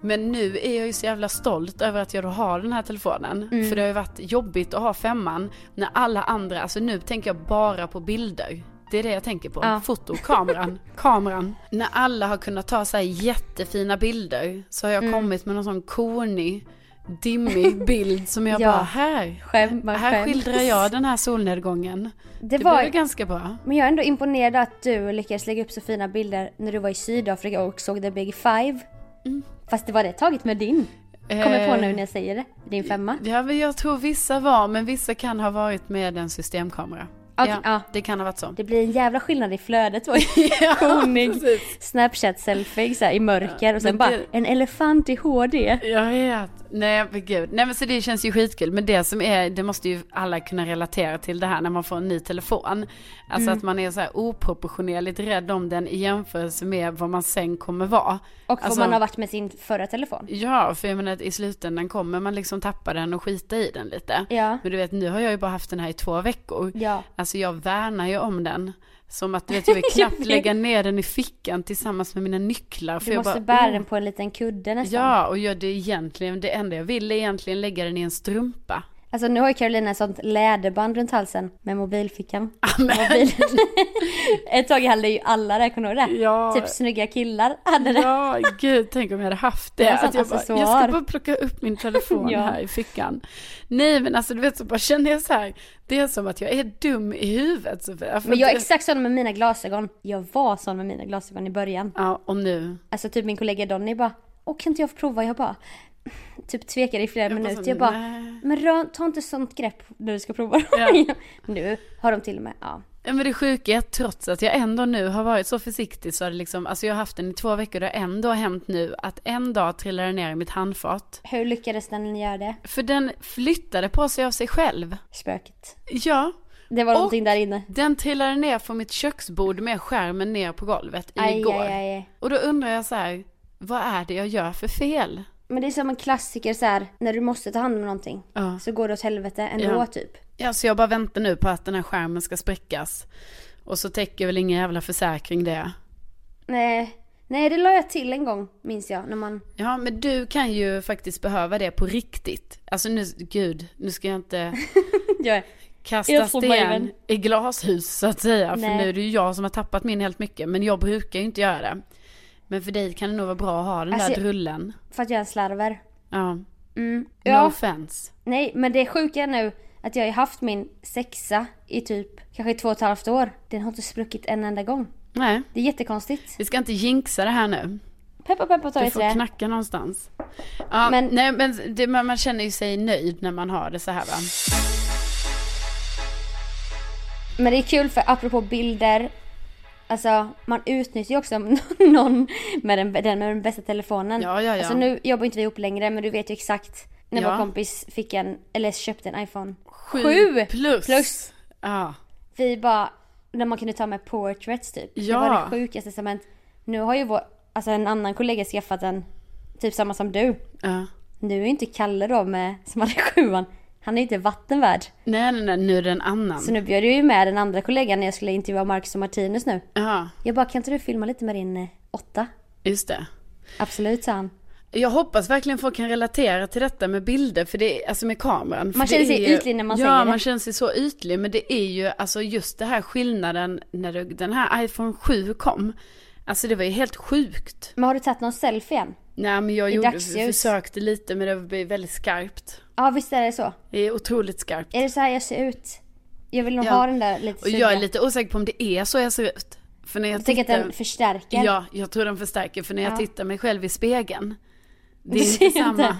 Speaker 2: Men nu är jag ju så jävla stolt över att jag då har den här telefonen.
Speaker 3: Mm.
Speaker 2: För det har ju varit jobbigt att ha femman när alla andra, alltså nu tänker jag bara på bilder. Det är det jag tänker på.
Speaker 3: Ja.
Speaker 2: Foto, kameran, kameran. När alla har kunnat ta så här jättefina bilder så har jag
Speaker 3: Mm.
Speaker 2: kommit med någon sån konig, dimmig bild som jag
Speaker 3: Ja.
Speaker 2: bara här.
Speaker 3: Skäm, bara
Speaker 2: här
Speaker 3: skäm.
Speaker 2: skildrar jag den här solnedgången.
Speaker 3: Det
Speaker 2: Det,
Speaker 3: var-
Speaker 2: blev ju ganska bra.
Speaker 3: Men jag är ändå imponerad att du lyckades lägga upp så fina bilder när du var i Sydafrika och såg The Big Five.
Speaker 2: Mm.
Speaker 3: Fast det var det taget med din. Kommer på
Speaker 2: Eh,
Speaker 3: nu när jag säger det. Din femma.
Speaker 2: Ja, men jag tror vissa var, men vissa kan ha varit med en systemkamera.
Speaker 3: Okej,
Speaker 2: ja,
Speaker 3: ja.
Speaker 2: Det kan ha varit så.
Speaker 3: Det blir en jävla skillnad i flödet. var ju Konig Snapchat-selfie så här, i mörker och sen
Speaker 2: men
Speaker 3: bara
Speaker 2: det-
Speaker 3: en elefant i HD.
Speaker 2: Jag vet. Nej men gud. Nej men så det känns ju skitkul. Men det som är, det måste ju alla kunna relatera till det här när man får en ny telefon. Alltså
Speaker 3: Mm.
Speaker 2: att man är så här oproportionerligt rädd om den i jämförelse med vad man sen kommer vara.
Speaker 3: Och vad
Speaker 2: Alltså-
Speaker 3: man har varit med sin förra telefon.
Speaker 2: Ja, för jag menar i slutändan kommer man liksom tappa den och skita i den lite.
Speaker 3: Ja.
Speaker 2: Men du vet, nu har jag ju bara haft den här i två veckor.
Speaker 3: Ja.
Speaker 2: Alltså jag värnar ju om den. Som att du vet, jag vill knappt lägga ner den i fickan tillsammans med mina nycklar. För
Speaker 3: Du
Speaker 2: jag
Speaker 3: måste
Speaker 2: bara,
Speaker 3: bära
Speaker 2: "Oh."
Speaker 3: den på en liten kudde nästan.
Speaker 2: Ja, och gör det egentligen, det enda jag vill är egentligen lägga den i en strumpa.
Speaker 3: Alltså nu har ju Carolina ett sånt läderband runt halsen med mobilfickan.
Speaker 2: Ah,
Speaker 3: Mobil. ett tag hade ju alla det, kommer du ihåg det?
Speaker 2: Ja.
Speaker 3: Typ snygga killar hade det.
Speaker 2: Ja, gud, tänk om jag hade haft det.
Speaker 3: Det är en sån
Speaker 2: Att jag, bara, jag
Speaker 3: accessoar.
Speaker 2: ska bara plocka upp min telefon
Speaker 3: Ja.
Speaker 2: här i fickan. Nej, men alltså du vet så bara känner jag så här, det är som att jag är dum i huvudet Sofia. För
Speaker 3: Men jag är
Speaker 2: att-
Speaker 3: exakt sån med mina glasögon. Jag var sån med mina glasögon i början.
Speaker 2: Ja, och nu.
Speaker 3: Alltså typ min kollega Donny bara, åh kan inte jag få prova? Jag bara, typ tvekade i flera
Speaker 2: bara
Speaker 3: minuter.
Speaker 2: så,
Speaker 3: jag bara,
Speaker 2: "Nej."
Speaker 3: men rör, ta inte sånt grepp när du ska prova.
Speaker 2: Ja.
Speaker 3: nu har de till och med, ja.
Speaker 2: Ja, men det sjuka är att trots att jag ändå nu har varit så försiktig så har det liksom, alltså jag har haft den i två veckor och det har ändå hänt nu att en dag trillar den ner i mitt handfat.
Speaker 3: Hur lyckades den göra det?
Speaker 2: För den flyttade på sig av sig själv.
Speaker 3: Spöket.
Speaker 2: Ja.
Speaker 3: Det var
Speaker 2: Och-
Speaker 3: någonting där inne.
Speaker 2: Den trillade ner från mitt köksbord med skärmen ner på golvet
Speaker 3: Aj,
Speaker 2: igår.
Speaker 3: aj, aj, aj.
Speaker 2: Och då undrar jag så här, vad är det jag gör för fel?
Speaker 3: Men det är som en klassiker så här, när du måste ta hand om någonting
Speaker 2: Ja.
Speaker 3: så går det åt helvete ändå
Speaker 2: Ja.
Speaker 3: typ.
Speaker 2: Ja, så jag bara väntar nu på att den här skärmen ska spräckas. Och så täcker väl ingen jävla försäkring det.
Speaker 3: Nej, nej det la jag till en gång minns jag när man,
Speaker 2: Ja, men du kan ju faktiskt behöva det på riktigt. Alltså nu, gud, nu ska jag inte
Speaker 3: jag,
Speaker 2: kasta
Speaker 3: Jag får mig
Speaker 2: sten
Speaker 3: även.
Speaker 2: i glashus så att säga.
Speaker 3: Nej.
Speaker 2: För nu är det ju jag som har tappat min helt mycket, men jag brukar ju inte göra det. Men för dig kan det nog vara bra att ha den
Speaker 3: Alltså,
Speaker 2: där drullen.
Speaker 3: för att jag är en slarver.
Speaker 2: Ja. No
Speaker 3: Ja,
Speaker 2: offense.
Speaker 3: nej men det sjuka är nu att jag har ju haft min sexa i typ kanske två och ett halvt år. Den har inte spruckit en enda gång.
Speaker 2: Nej,
Speaker 3: Det är jättekonstigt.
Speaker 2: vi ska inte jinxa det här nu.
Speaker 3: Peppa peppa tar
Speaker 2: Du
Speaker 3: i
Speaker 2: får
Speaker 3: trä.
Speaker 2: knacka någonstans. Ja,
Speaker 3: Men-
Speaker 2: men, nej, men det, man man känner ju sig nöjd när man har det så här va.
Speaker 3: Men det är kul för apropå bilder. Alltså man utnyttjar ju också någon med den, den med den bästa telefonen.
Speaker 2: Ja, ja, ja.
Speaker 3: Alltså nu jobbar inte vi ihop längre men du vet ju exakt när
Speaker 2: Ja.
Speaker 3: vår kompis fick en, eller köpte en iPhone.
Speaker 2: Sju,
Speaker 3: plus.
Speaker 2: plus. Ja.
Speaker 3: Vi bara, när man kunde ta med portraits typ.
Speaker 2: Ja.
Speaker 3: Det var det sjukaste som hänt. Nu har ju vår, alltså en annan kollega skaffat en, typ samma som du.
Speaker 2: ja.
Speaker 3: Nu är inte Kalle då med, som hade sjuan, han är inte vattenvärd.
Speaker 2: Nej, nej, nej, nu är det en annan.
Speaker 3: Så nu bjöd jag ju med den andra kollegan när jag skulle intervjua Marcus och Martinus nu.
Speaker 2: Ja,
Speaker 3: Jag bara, kan inte du filma lite med din eh, åtta?
Speaker 2: just det.
Speaker 3: Absolut, sa han.
Speaker 2: Jag hoppas verkligen folk kan relatera till detta med bilder, för det är, alltså med kameran. För
Speaker 3: Man
Speaker 2: det
Speaker 3: känner
Speaker 2: är
Speaker 3: sig
Speaker 2: ju-
Speaker 3: ytlig när man
Speaker 2: ja,
Speaker 3: säger det.
Speaker 2: Ja, man känner sig så ytlig, men det är ju alltså just det här skillnaden när det- den här iPhone 7 kom. Alltså det var ju helt sjukt.
Speaker 3: Men har du tagit någon selfie än?
Speaker 2: Nej men jag
Speaker 3: I
Speaker 2: gjorde,
Speaker 3: dagsljus.
Speaker 2: försökte lite men det blev väldigt skarpt.
Speaker 3: Ja, visst är det så.
Speaker 2: Det är otroligt skarpt.
Speaker 3: Är det så här jag ser ut? Jag vill nog
Speaker 2: Ja.
Speaker 3: ha den där lite
Speaker 2: Och jag är
Speaker 3: sura.
Speaker 2: lite osäker på om det är så jag ser ut. För när jag,
Speaker 3: Jag tänker att den förstärker.
Speaker 2: Ja, jag tror den förstärker för när jag
Speaker 3: Ja.
Speaker 2: tittar mig själv i spegeln. Det
Speaker 3: Du
Speaker 2: är
Speaker 3: ser
Speaker 2: inte samma.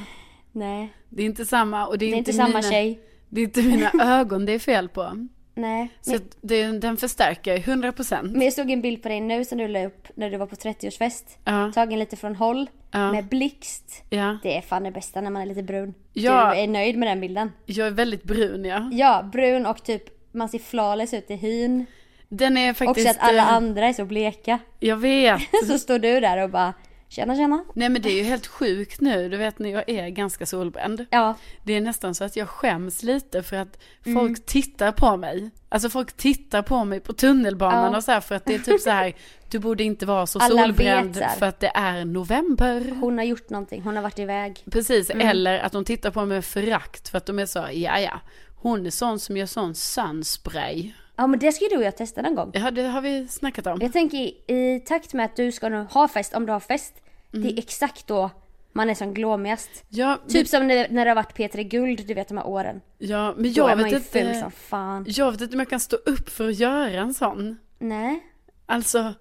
Speaker 3: Nej,
Speaker 2: Det är inte samma och det är,
Speaker 3: det är inte
Speaker 2: inte,
Speaker 3: samma
Speaker 2: mina,
Speaker 3: tjej.
Speaker 2: Det är inte mina ögon det är fel på.
Speaker 3: Nej.
Speaker 2: Så att det, den förstärker 100%.
Speaker 3: Men jag såg en bild på dig nu som du la upp när du var på 30-årsfest.
Speaker 2: Ja.
Speaker 3: Tagen lite från håll.
Speaker 2: Ja.
Speaker 3: Med blixt.
Speaker 2: Ja,
Speaker 3: Det är fan det bästa när man är lite brun.
Speaker 2: Ja.
Speaker 3: Du är nöjd med den bilden.
Speaker 2: jag är väldigt brun ja.
Speaker 3: Ja, brun och typ man ser flawless ut i hyn.
Speaker 2: Den är faktiskt...
Speaker 3: Också att alla
Speaker 2: eh,
Speaker 3: andra är så bleka.
Speaker 2: Jag vet.
Speaker 3: Så står du där och bara tjena tjena.
Speaker 2: Nej men det är ju helt sjukt nu, du vet när jag är ganska solbränd.
Speaker 3: Ja,
Speaker 2: Det är nästan så att jag skäms lite för att
Speaker 3: Mm.
Speaker 2: folk tittar på mig. Alltså folk tittar på mig på tunnelbanan
Speaker 3: Ja.
Speaker 2: och så här för att det är typ så här, du borde inte vara så
Speaker 3: Alla vet
Speaker 2: solbränd
Speaker 3: så här.
Speaker 2: för att det är november.
Speaker 3: hon har gjort någonting, hon har varit iväg.
Speaker 2: Precis,
Speaker 3: Mm.
Speaker 2: eller att de tittar på mig med förakt för att de är så, ja ja, hon är sån som gör sån sunspray.
Speaker 3: Ja men det ska ju du och jag testa någon gång.
Speaker 2: Ja det har vi snackat om.
Speaker 3: Jag tänker i, i takt med att du ska nu ha fest, om du har fest.
Speaker 2: Mm.
Speaker 3: Det är exakt då man är som glåmigast.
Speaker 2: Ja,
Speaker 3: Typ som när, när det har varit P3 Guld, du vet de här åren.
Speaker 2: ja men
Speaker 3: Då
Speaker 2: jag
Speaker 3: är man
Speaker 2: vet
Speaker 3: ju ful
Speaker 2: inte.
Speaker 3: som fan.
Speaker 2: Jag vet inte om jag kan stå upp för att göra en sån.
Speaker 3: Nej.
Speaker 2: Alltså,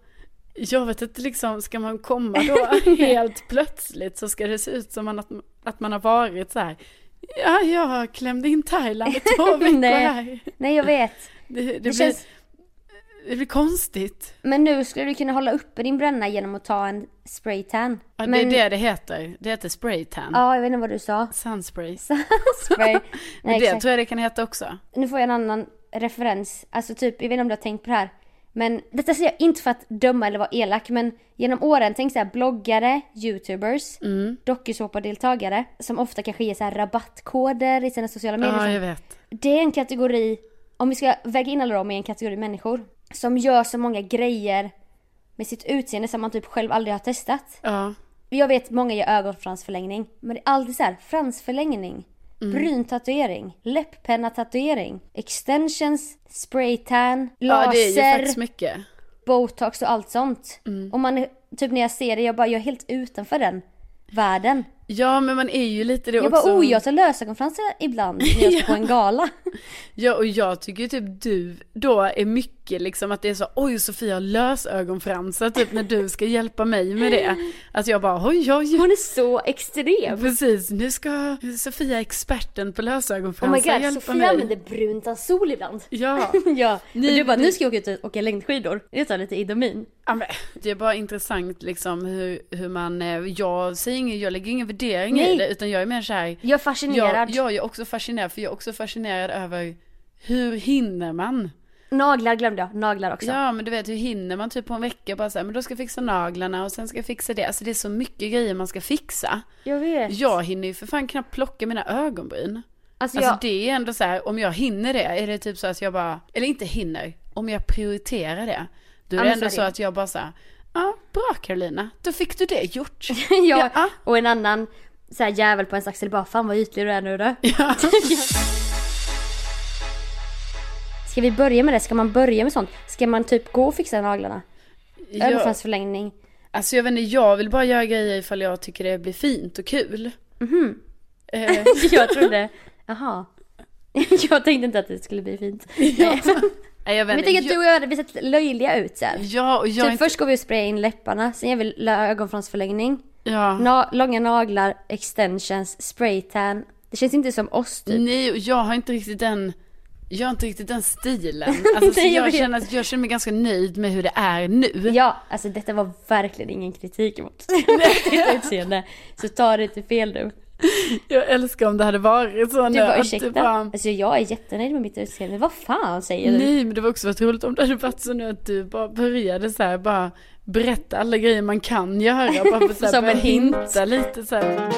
Speaker 2: jag vet inte liksom, ska man komma då helt plötsligt så ska det se ut som man, att, att man har varit så här. Ja, jag klämde in Thailand i två veckor här.
Speaker 3: Nej. Nej jag vet.
Speaker 2: Det, det, blir,
Speaker 3: Det känns...
Speaker 2: det blir konstigt.
Speaker 3: Men nu skulle du kunna hålla uppe din bränna genom att ta en spraytan.
Speaker 2: Ja, det
Speaker 3: Men-
Speaker 2: är det det heter. Det heter spraytan.
Speaker 3: Ja jag vet inte vad du sa.
Speaker 2: Sunspray.
Speaker 3: Spray. Nej,
Speaker 2: Men det
Speaker 3: exakt.
Speaker 2: tror jag det kan heta också.
Speaker 3: Nu får jag en annan referens. Alltså typ, jag vet inte om du har tänkt på det här. Men detta säger jag inte för att döma eller vara elak. Men genom åren, tänk så här bloggare, youtubers, mm. dokusåpadeltagare. Som ofta kanske ger så här rabattkoder i sina sociala medier.
Speaker 2: Ja, jag vet.
Speaker 3: Det är en kategori, om vi ska väga in alla dem i en kategori människor. Som gör så många grejer med sitt utseende som man typ själv aldrig har testat.
Speaker 2: Ja,
Speaker 3: Jag vet många gör ögonfransförlängning. Men det är alltid så här, fransförlängning, bryntatuering, läpppenna-tatuering, extensions, spraytan,
Speaker 2: ja det är ju
Speaker 3: laser,
Speaker 2: faktiskt mycket.
Speaker 3: botox och allt sånt. Och man är, typ när jag ser det, jag bara, jag är helt utanför den världen.
Speaker 2: Ja, men man är ju lite det
Speaker 3: Jag
Speaker 2: också.
Speaker 3: bara, oh jag tar lösögonfransar ibland när jag ska på en gala.
Speaker 2: Ja och jag tycker ju typ du då är mycket liksom att det är så oj Sofia har lösögonfransar typ när du ska hjälpa mig med det. Att jag bara oj oj oj.
Speaker 3: Hon är så extrem.
Speaker 2: Precis, nu ska Sofia experten på
Speaker 3: Oh my
Speaker 2: lösögonfransar
Speaker 3: god,
Speaker 2: hjälpa
Speaker 3: Sofia
Speaker 2: mig.
Speaker 3: använder brunt av sol ibland.
Speaker 2: Ja.
Speaker 3: ja, och
Speaker 2: Ni-
Speaker 3: du bara, nu ska jag åka ut och åka längdskidor. Jag tar lite Idomin.
Speaker 2: ja men, det är bara intressant liksom hur, hur man, eh, jag säger ingen, jag lägger ingen värdering
Speaker 3: Nej.
Speaker 2: i det utan jag är mer såhär.
Speaker 3: Jag är
Speaker 2: Jag,
Speaker 3: fascinerad.
Speaker 2: jag är också fascinerad för jag är också fascinerad över hur hinner man?
Speaker 3: Naglar glömde jag, naglar också.
Speaker 2: Ja men du vet hur hinner man typ på en vecka bara säga men då ska jag fixa naglarna och sen ska jag fixa det. Alltså det är så mycket grejer man ska fixa.
Speaker 3: Jag vet.
Speaker 2: Jag hinner ju för fan knappt plocka mina ögonbryn.
Speaker 3: Alltså,
Speaker 2: Alltså
Speaker 3: jag,
Speaker 2: det är ändå så här, om jag hinner det, är det typ så att jag bara, eller inte hinner, om jag prioriterar det. Då är
Speaker 3: Ja,
Speaker 2: det
Speaker 3: men
Speaker 2: ändå
Speaker 3: så är
Speaker 2: så
Speaker 3: det.
Speaker 2: att jag bara så här, ja bra Carolina, då fick du det gjort.
Speaker 3: jag
Speaker 2: Ja.
Speaker 3: och en annan så här, jävel på ens axel bara fan vad ytlig du är nu då.
Speaker 2: Ja.
Speaker 3: Ska vi börja med det? Ska man börja med sånt? Ska man typ gå och fixa naglarna?
Speaker 2: Jag,
Speaker 3: Ögonfransförlängning?
Speaker 2: alltså jag vet inte, jag vill bara göra grejer ifall jag tycker det blir fint och kul. Eh,
Speaker 3: Jag trodde, jaha. Jag tänkte inte att det skulle bli fint. Nej.
Speaker 2: Nej, jag vet
Speaker 3: Men jag tänker
Speaker 2: inte.
Speaker 3: att du och jag hade visat löjliga ut så här.
Speaker 2: Ja, och jag
Speaker 3: typ
Speaker 2: är inte...
Speaker 3: först går vi och sprayar in läpparna, sen gör vi lö- ögonfransförlängning.
Speaker 2: Ja.
Speaker 3: Na- långa naglar, extensions, spraytan. Det känns inte som oss typ.
Speaker 2: Nej, och jag har inte riktigt den, jag har inte riktigt den stilen. Alltså, så
Speaker 3: Nej, jag
Speaker 2: jag,
Speaker 3: vet.
Speaker 2: känner, att- jag känner mig ganska nöjd med hur det är nu.
Speaker 3: Ja, alltså detta var verkligen ingen kritik mot ditt utseende. Så ta det inte fel nu.
Speaker 2: Jag älskar om det hade varit så
Speaker 3: Du
Speaker 2: nu.
Speaker 3: bara
Speaker 2: att
Speaker 3: ursäkta.
Speaker 2: bara-
Speaker 3: Alltså jag är jättenöjd med mitt utseende. Vad fan säger du?
Speaker 2: Nej, men det var också varit roligt om det hade varit så nu att du bara började så här, bara berätta alla grejer man kan göra. Bara för så här,
Speaker 3: Som
Speaker 2: börja
Speaker 3: en hint.
Speaker 2: hinta lite så här.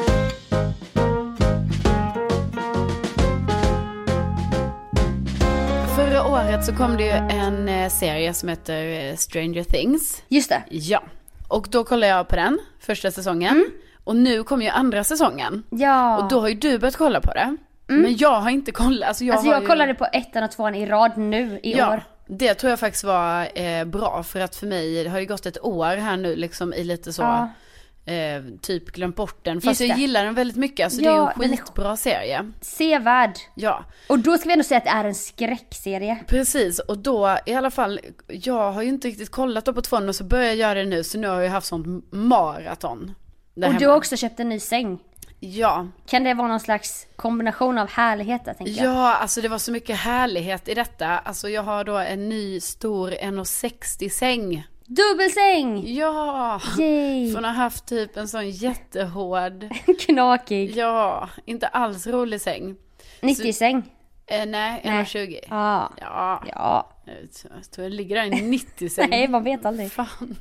Speaker 2: Förra året så kom det ju en eh, serie som heter eh, Stranger Things.
Speaker 3: Just det.
Speaker 2: Ja, och då kollade jag på den första säsongen. Och nu kommer ju andra säsongen.
Speaker 3: Ja.
Speaker 2: Och då har ju du börjat kolla på det. Men jag har inte kollat. Mm. Alltså jag,
Speaker 3: alltså
Speaker 2: har
Speaker 3: jag
Speaker 2: ju...
Speaker 3: kollade på ettan och tvåan i rad nu i
Speaker 2: ja,
Speaker 3: år.
Speaker 2: Det tror jag faktiskt var eh, bra för att för mig, det har ju gått ett år här nu liksom i lite så, eh, typ glömt bort den. Fast
Speaker 3: Just
Speaker 2: jag
Speaker 3: det.
Speaker 2: gillar den väldigt mycket, alltså det är
Speaker 3: Ja,
Speaker 2: ju
Speaker 3: den
Speaker 2: en
Speaker 3: är-
Speaker 2: skitbra serie.
Speaker 3: Sevärd.
Speaker 2: Ja.
Speaker 3: Och då ska vi ändå säga att det är en skräckserie.
Speaker 2: Precis, och då i alla fall, jag har ju inte riktigt kollat då på tvåan och så börjar jag göra det nu så nu har jag ju haft sånt maraton. där
Speaker 3: Och du
Speaker 2: hemma.
Speaker 3: har också köpt en ny säng.
Speaker 2: Ja,
Speaker 3: Kan det vara någon slags kombination av härligheter tänker jag?
Speaker 2: Ja, alltså det var så mycket härlighet i detta. Alltså jag har då en ny stor 1,60 säng.
Speaker 3: Dubbelsäng!
Speaker 2: Ja!
Speaker 3: Yay!
Speaker 2: Från att ha haft typ en sån jättehård,
Speaker 3: Knakig.
Speaker 2: ja, inte alls rolig säng.
Speaker 3: 90-säng.
Speaker 2: Eh, nej, 1,20.
Speaker 3: Ja.
Speaker 2: Ja,
Speaker 3: Ja.
Speaker 2: jag tror jag ligger där i en 90-säng.
Speaker 3: Nej, man vet aldrig.
Speaker 2: Fan.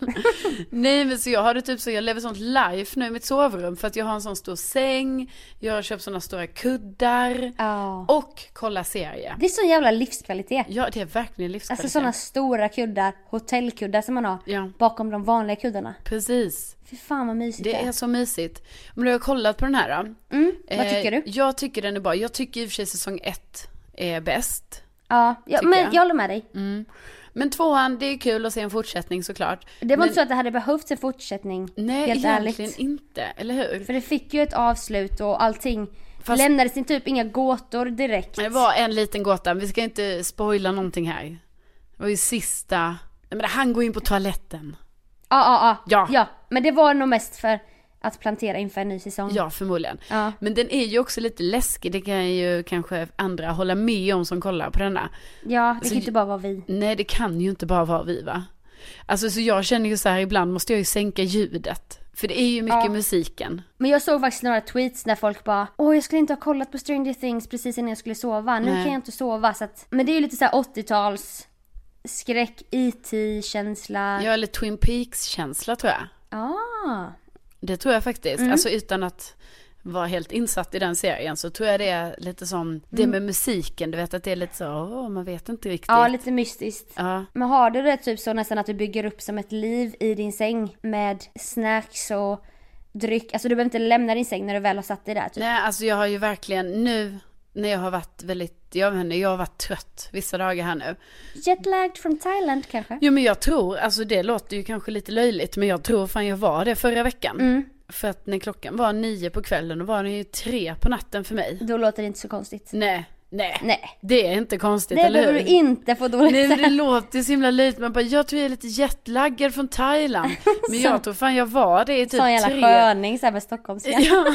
Speaker 2: Nej men så jag har det typ så, jag lever sånt life nu i mitt sovrum för att jag har en sån stor säng, jag har köpt såna stora kuddar
Speaker 3: Ja.
Speaker 2: och kolla serie.
Speaker 3: Det är sån jävla livskvalitet.
Speaker 2: Ja det är verkligen livskvalitet.
Speaker 3: Alltså sådana stora kuddar, hotellkuddar som man har
Speaker 2: Ja.
Speaker 3: bakom de vanliga kuddarna.
Speaker 2: Precis.
Speaker 3: Fy fan vad mysigt
Speaker 2: Det är så mysigt. Men du har kollat på den här då.
Speaker 3: Mm,
Speaker 2: Eh,
Speaker 3: Vad tycker du?
Speaker 2: Jag tycker den är bra. Jag tycker i och för sig säsong ett är bäst.
Speaker 3: Ja, ja
Speaker 2: tycker
Speaker 3: men
Speaker 2: jag. Mm.
Speaker 3: jag håller med dig.
Speaker 2: Men tvåan, det är kul att se en fortsättning såklart.
Speaker 3: Det var
Speaker 2: Men,
Speaker 3: inte så att det hade behövts en fortsättning.
Speaker 2: Nej,
Speaker 3: helt
Speaker 2: egentligen
Speaker 3: ärligt.
Speaker 2: inte. Eller hur?
Speaker 3: För det fick ju ett avslut och allting.
Speaker 2: Fast-
Speaker 3: Lämnades in typ inga gåtor direkt.
Speaker 2: Det var en liten gåta. Vi ska inte spoila någonting här. Det var ju sista... Nej, men han går in på toaletten.
Speaker 3: Ja, ja, ja,
Speaker 2: Ja.
Speaker 3: ja. men det var nog mest för att plantera inför en ny säsong.
Speaker 2: Ja, förmodligen.
Speaker 3: Ja.
Speaker 2: Men den är ju också lite läskig. Det kan ju kanske andra hålla med om som kollar på denna.
Speaker 3: ja
Speaker 2: Alltså,
Speaker 3: det kan ju inte bara vara vi.
Speaker 2: Nej, det kan ju inte bara vara vi va? Alltså så jag känner ju så här ibland måste jag ju sänka ljudet. För det är ju mycket musiken.
Speaker 3: Men jag såg faktiskt några tweets när folk bara Åh jag skulle inte ha kollat på Stranger Things precis innan jag skulle sova. Nu
Speaker 2: Nej.
Speaker 3: kan jag inte sova. Så att, men det är ju lite så här E 80-tals skräck, IT-känsla.
Speaker 2: Ja, eller Twin Peaks-känsla tror jag.
Speaker 3: Ah.
Speaker 2: Det tror jag faktiskt.
Speaker 3: Mm.
Speaker 2: Alltså utan att vara helt insatt i den serien så tror jag det är lite som det med musiken. Du vet att det är lite så, åh, man vet inte riktigt.
Speaker 3: Mm. Ja, lite mystiskt.
Speaker 2: Ja.
Speaker 3: Men har du det typ så nästan att du bygger upp som ett liv i din säng med snacks och dryck? Alltså du behöver inte lämna din säng när du väl har satt dig där typ.
Speaker 2: Nej, alltså jag har ju verkligen nu när jag har varit väldigt, jag vet inte, jag har varit trött vissa dagar här nu.
Speaker 3: Jetlagged from Thailand kanske?
Speaker 2: Jo men jag tror, alltså det låter ju kanske lite löjligt men jag tror fan jag var det förra veckan.
Speaker 3: Mm.
Speaker 2: För att när klockan var nio på kvällen då var den ju tre på natten för mig.
Speaker 3: Då låter det inte så konstigt.
Speaker 2: Nej, nej.
Speaker 3: Nej.
Speaker 2: Det är inte konstigt
Speaker 3: Det
Speaker 2: eller
Speaker 3: behöver
Speaker 2: hur?
Speaker 3: du inte få dåligt
Speaker 2: Nej men det låter ju så himla löjligt man bara jag tror jag är lite jetlaggad från Thailand. Men jag tror fan jag var det i typ
Speaker 3: Sån jävla
Speaker 2: tre. Eh.
Speaker 3: sköning såhär med stockholmska.
Speaker 2: Ja,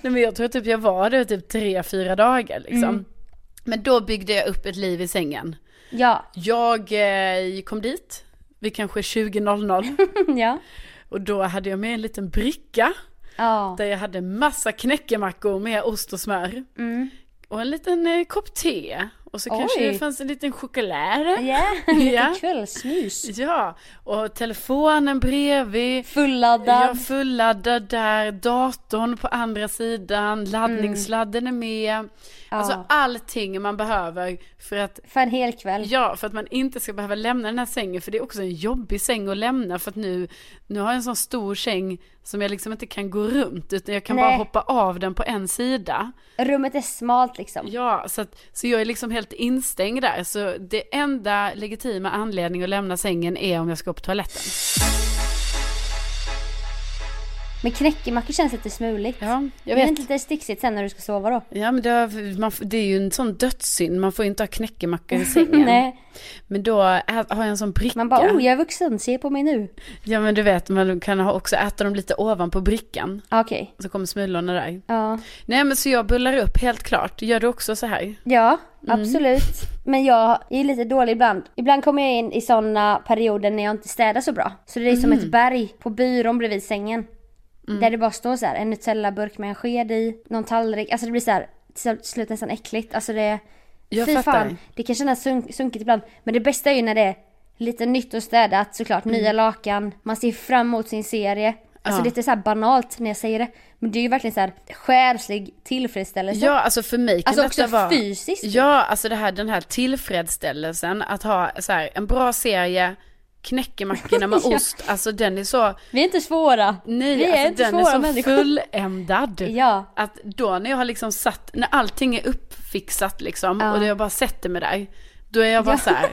Speaker 2: nej men jag tror typ jag var det i typ tre, fyra dagar liksom.
Speaker 3: Mm.
Speaker 2: Men då byggde jag upp ett liv i sängen.
Speaker 3: Ja,
Speaker 2: Jag eh, kom dit vid kanske 20.00
Speaker 3: ja.
Speaker 2: och då hade jag med en liten bricka
Speaker 3: Ja.
Speaker 2: där jag hade massa knäckemackor med ost och smör. Och en liten eh, kopp te och så kanske
Speaker 3: Mm. Oj.
Speaker 2: det fanns en liten choklad.
Speaker 3: Ja,
Speaker 2: Ja.
Speaker 3: lite kvällsmys.
Speaker 2: Ja, och telefonen bredvid.
Speaker 3: Fulladdad.
Speaker 2: Jag fulladdar där, datorn på andra sidan, laddningssladden är
Speaker 3: Mm.
Speaker 2: med. Alltså allting man behöver för att
Speaker 3: För en hel kväll.
Speaker 2: Ja, för att man inte ska behöva lämna den här sängen, för det är också en jobbig säng att lämna, för att nu, nu har jag en sån stor säng som jag liksom inte kan gå runt, utan jag kan
Speaker 3: Nej.
Speaker 2: bara hoppa av den på en sida.
Speaker 3: Rummet är smalt liksom.
Speaker 2: Ja, så, att, så jag är liksom helt instängd där, så det enda legitima anledningen att lämna sängen är om jag ska på toaletten.
Speaker 5: Men knäckemackor känns lite smuligt.
Speaker 2: Ja, jag
Speaker 5: Blir det
Speaker 2: vet.
Speaker 5: inte lite sticksigt sen när du ska sova då?
Speaker 2: Ja, men det, har- man, får- det är ju en sån dödssynd. Man får ju inte ha knäckemackor i sängen.
Speaker 5: Nej.
Speaker 2: Men då ä- har jag en sån bricka.
Speaker 5: Man bara, oh jag är vuxen, se på mig nu.
Speaker 2: Ja, men du vet, man kan ha också äta dem lite ovanpå brickan.
Speaker 5: Ja, Ah, Okej.
Speaker 2: Så kommer smulorna där.
Speaker 5: Ja.
Speaker 2: Nej, men så jag bullar upp helt klart. Gör du också så här?
Speaker 5: Ja,
Speaker 2: Mm.
Speaker 5: absolut. Men jag är lite dålig ibland. Ibland kommer jag in i sådana perioder när jag inte städar så bra. Så det är som
Speaker 2: Mm.
Speaker 5: ett berg på byrån bredvid sängen. Där det bara står så här, en Nutella-burk med en sked i, någon tallrik. Alltså det blir så här till slut nästan äckligt. Alltså det...
Speaker 2: Jag
Speaker 5: fy
Speaker 2: fattar.
Speaker 5: fan, det kan kännas sunk- sunkigt ibland. Men det bästa är ju när det är lite nytt och städat såklart.
Speaker 2: Mm.
Speaker 5: Nya lakan, man ser fram emot sin serie. Alltså
Speaker 2: Ja.
Speaker 5: det är lite så här banalt när jag säger det. Men det är ju verkligen så här själslig tillfredsställelse.
Speaker 2: Ja, alltså för mig kan
Speaker 5: Alltså
Speaker 2: detta
Speaker 5: också
Speaker 2: vara...
Speaker 5: fysiskt. typ.
Speaker 2: Ja, alltså det här, den här tillfredsställelsen att ha så här, en bra serie, knäckemackorna med
Speaker 5: Ja.
Speaker 2: ost, alltså den är så...
Speaker 5: Vi är inte svåra.
Speaker 2: Nej,
Speaker 5: vi är
Speaker 2: alltså
Speaker 5: inte
Speaker 2: den
Speaker 5: svåra
Speaker 2: är så
Speaker 5: människor.
Speaker 2: fulländad.
Speaker 5: Ja.
Speaker 2: Att då när jag har liksom satt, när allting är uppfixat liksom och jag bara sätter mig där, då är jag bara
Speaker 5: Ja.
Speaker 2: så här.